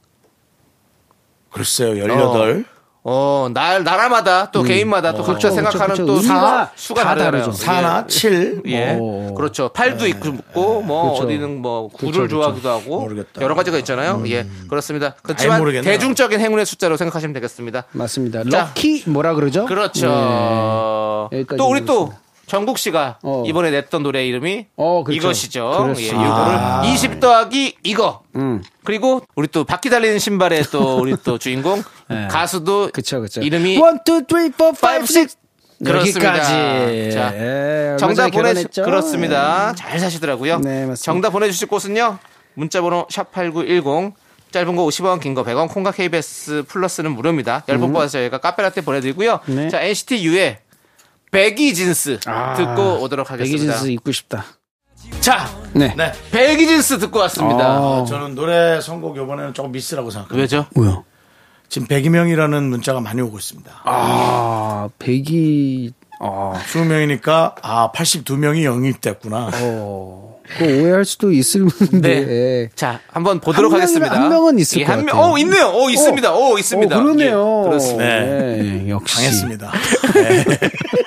[SPEAKER 6] 글쎄요, 18.
[SPEAKER 2] 어, 날 나라마다 또 개인마다 또 각자
[SPEAKER 8] 그렇죠,
[SPEAKER 2] 생각하는
[SPEAKER 8] 그렇죠.
[SPEAKER 2] 또
[SPEAKER 8] 의미가
[SPEAKER 2] 사, 수가
[SPEAKER 8] 다
[SPEAKER 2] 다르잖아요.
[SPEAKER 8] 다르죠.
[SPEAKER 6] 사나 칠
[SPEAKER 2] 예.
[SPEAKER 8] 뭐.
[SPEAKER 2] 그렇죠. 팔도 있고 뭐
[SPEAKER 8] 그렇죠.
[SPEAKER 2] 어디는 뭐 구를 좋아하기도 하고
[SPEAKER 6] 모르겠다. 음.
[SPEAKER 2] 여러 가지가 있잖아요. 예. 그렇습니다.
[SPEAKER 6] 아예
[SPEAKER 2] 그렇지만
[SPEAKER 6] 모르겠네요.
[SPEAKER 2] 대중적인 행운의 숫자로 생각하시면 되겠습니다.
[SPEAKER 8] 맞습니다.
[SPEAKER 2] 자.
[SPEAKER 8] 럭키 뭐라 그러죠?
[SPEAKER 2] 그렇죠.
[SPEAKER 8] 네. 여기까지
[SPEAKER 2] 또 우리 또
[SPEAKER 8] 하겠습니다.
[SPEAKER 2] 정국 씨가
[SPEAKER 8] 어.
[SPEAKER 2] 이번에 냈던 노래 이름이
[SPEAKER 8] 어, 그렇죠.
[SPEAKER 2] 이것이죠. 예,
[SPEAKER 8] 그렇습니다. 아. 음.
[SPEAKER 2] 이거를 20 더하기 이거. 그리고 우리 또 바퀴 달리는 신발의 또 우리 또
[SPEAKER 8] [LAUGHS]
[SPEAKER 2] 주인공 가수도
[SPEAKER 8] 네. 그쵸 그쵸.
[SPEAKER 2] 이름이
[SPEAKER 8] 1 2 3 4
[SPEAKER 2] 5,
[SPEAKER 8] 5
[SPEAKER 2] 6
[SPEAKER 8] 6
[SPEAKER 2] 그렇습니다.
[SPEAKER 8] 여기까지.
[SPEAKER 2] 자,
[SPEAKER 8] 예, 얼마 전에
[SPEAKER 2] 정답 보내
[SPEAKER 8] 결혼했죠?
[SPEAKER 2] 그렇습니다. 잘 사시더라고요.
[SPEAKER 8] 네, 맞습니다.
[SPEAKER 2] 정답 보내주실 곳은요. 문자번호 샵 #8910 짧은 거 50원, 긴 거 100원, 콩과 KBS 플러스는 무료입니다. 열번 뽑아서 저희가 카페라떼 보내드리고요.
[SPEAKER 8] 음. 네. 아,
[SPEAKER 2] 자, NCT U의 백이 진스 듣고 오도록 하겠습니다.
[SPEAKER 8] 백이진스 입고 싶다.
[SPEAKER 2] 자,
[SPEAKER 8] 네.
[SPEAKER 6] 네.
[SPEAKER 2] 백이 진스 듣고 왔습니다. 그
[SPEAKER 8] 아.
[SPEAKER 6] 저는 노래 선곡 이번에는 조금 미스라고 생각합니다.
[SPEAKER 2] 왜죠?
[SPEAKER 8] 뭐야?
[SPEAKER 6] 지금 100명이라는 문자가 많이 오고 있습니다.
[SPEAKER 8] 아, 백이 아,
[SPEAKER 6] 20명이니까 아 82명이 영입됐구나.
[SPEAKER 8] 어, 그거 오해할 수도 있을
[SPEAKER 2] 네.
[SPEAKER 8] 문데. 예.
[SPEAKER 2] 자, 한번 보도록
[SPEAKER 8] 한 명은-
[SPEAKER 2] 하겠습니다.
[SPEAKER 8] 한 명은 있을
[SPEAKER 2] 예,
[SPEAKER 8] 것
[SPEAKER 2] 한 명-
[SPEAKER 8] 같아요.
[SPEAKER 2] 어, 있네요. 어, 있습니다. 어, 있습니다.
[SPEAKER 8] 어, 그러네요.
[SPEAKER 2] 예, 그렇습니다.
[SPEAKER 6] 네.
[SPEAKER 8] 예, 역시.
[SPEAKER 6] 당했습니다. 네.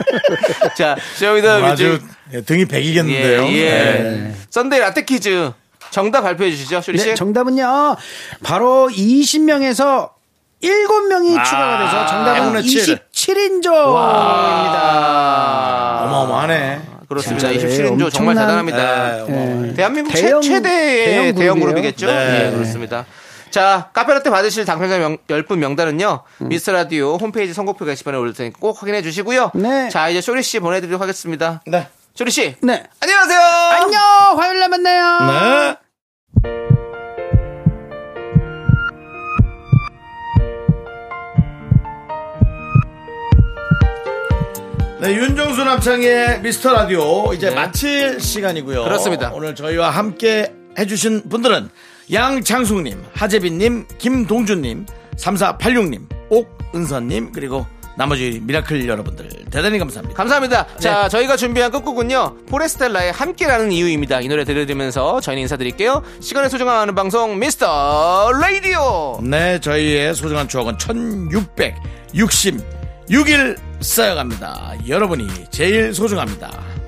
[SPEAKER 6] [LAUGHS]
[SPEAKER 2] 자, 쇼미더
[SPEAKER 6] 아주
[SPEAKER 2] 뮤직
[SPEAKER 6] 예, 등이 100이겠는데요. 네,
[SPEAKER 2] 예, 예. 썬데이 라떼 퀴즈 정답 발표해 주시죠, 쇼리 씨.
[SPEAKER 8] 네, 정답은요. 바로 20명에서 7명이
[SPEAKER 2] 아,
[SPEAKER 8] 추가가 돼서 정답은
[SPEAKER 6] 행운의 칠.
[SPEAKER 8] 27인조입니다.
[SPEAKER 6] 어마어마하네.
[SPEAKER 2] 아, 그렇습니다.
[SPEAKER 8] 진짜,
[SPEAKER 2] 27인조
[SPEAKER 8] 예,
[SPEAKER 2] 정말
[SPEAKER 8] 엄청난- 네.
[SPEAKER 2] 대단합니다. 어, 대한민국
[SPEAKER 8] 대형-
[SPEAKER 2] 최, 최대의
[SPEAKER 8] 대형
[SPEAKER 2] 대형
[SPEAKER 8] 그룹이에요. 네.
[SPEAKER 2] 그룹이겠죠? 예, 그렇습니다. 자, 카페라떼 받으실 당첨자 명, 10분 명단은요,
[SPEAKER 8] 음.
[SPEAKER 2] 미스 라디오 홈페이지 선곡표 게시판에 올릴 테니 꼭 확인해 주시고요.
[SPEAKER 8] 네.
[SPEAKER 2] 자, 이제 쇼리 씨 보내드리도록 하겠습니다.
[SPEAKER 6] 네.
[SPEAKER 2] 쇼리 씨,
[SPEAKER 8] 네.
[SPEAKER 2] 안녕하세요!
[SPEAKER 8] 안녕! 화요일날 만나요!
[SPEAKER 6] 네. 네, 윤정수 남창의 미스터 라디오 이제 마칠 시간이고요.
[SPEAKER 2] 네. 그렇습니다.
[SPEAKER 6] 오늘 저희와 함께 해주신 분들은 양창숙님, 하재빈님, 김동준님, 3486님, 옥은선님, 그리고 나머지 미라클 여러분들 대단히 감사합니다.
[SPEAKER 2] 감사합니다. 자, 저희가 준비한 끝곡은요. 포레스텔라의 함께라는 이유입니다. 이 노래 들려드리면서 저희는 인사드릴게요. 시간의 소중함 아는 방송 미스터 라디오.
[SPEAKER 6] 네, 저희의 소중한 추억은 1666일 쌓여갑니다. 여러분이 제일 소중합니다.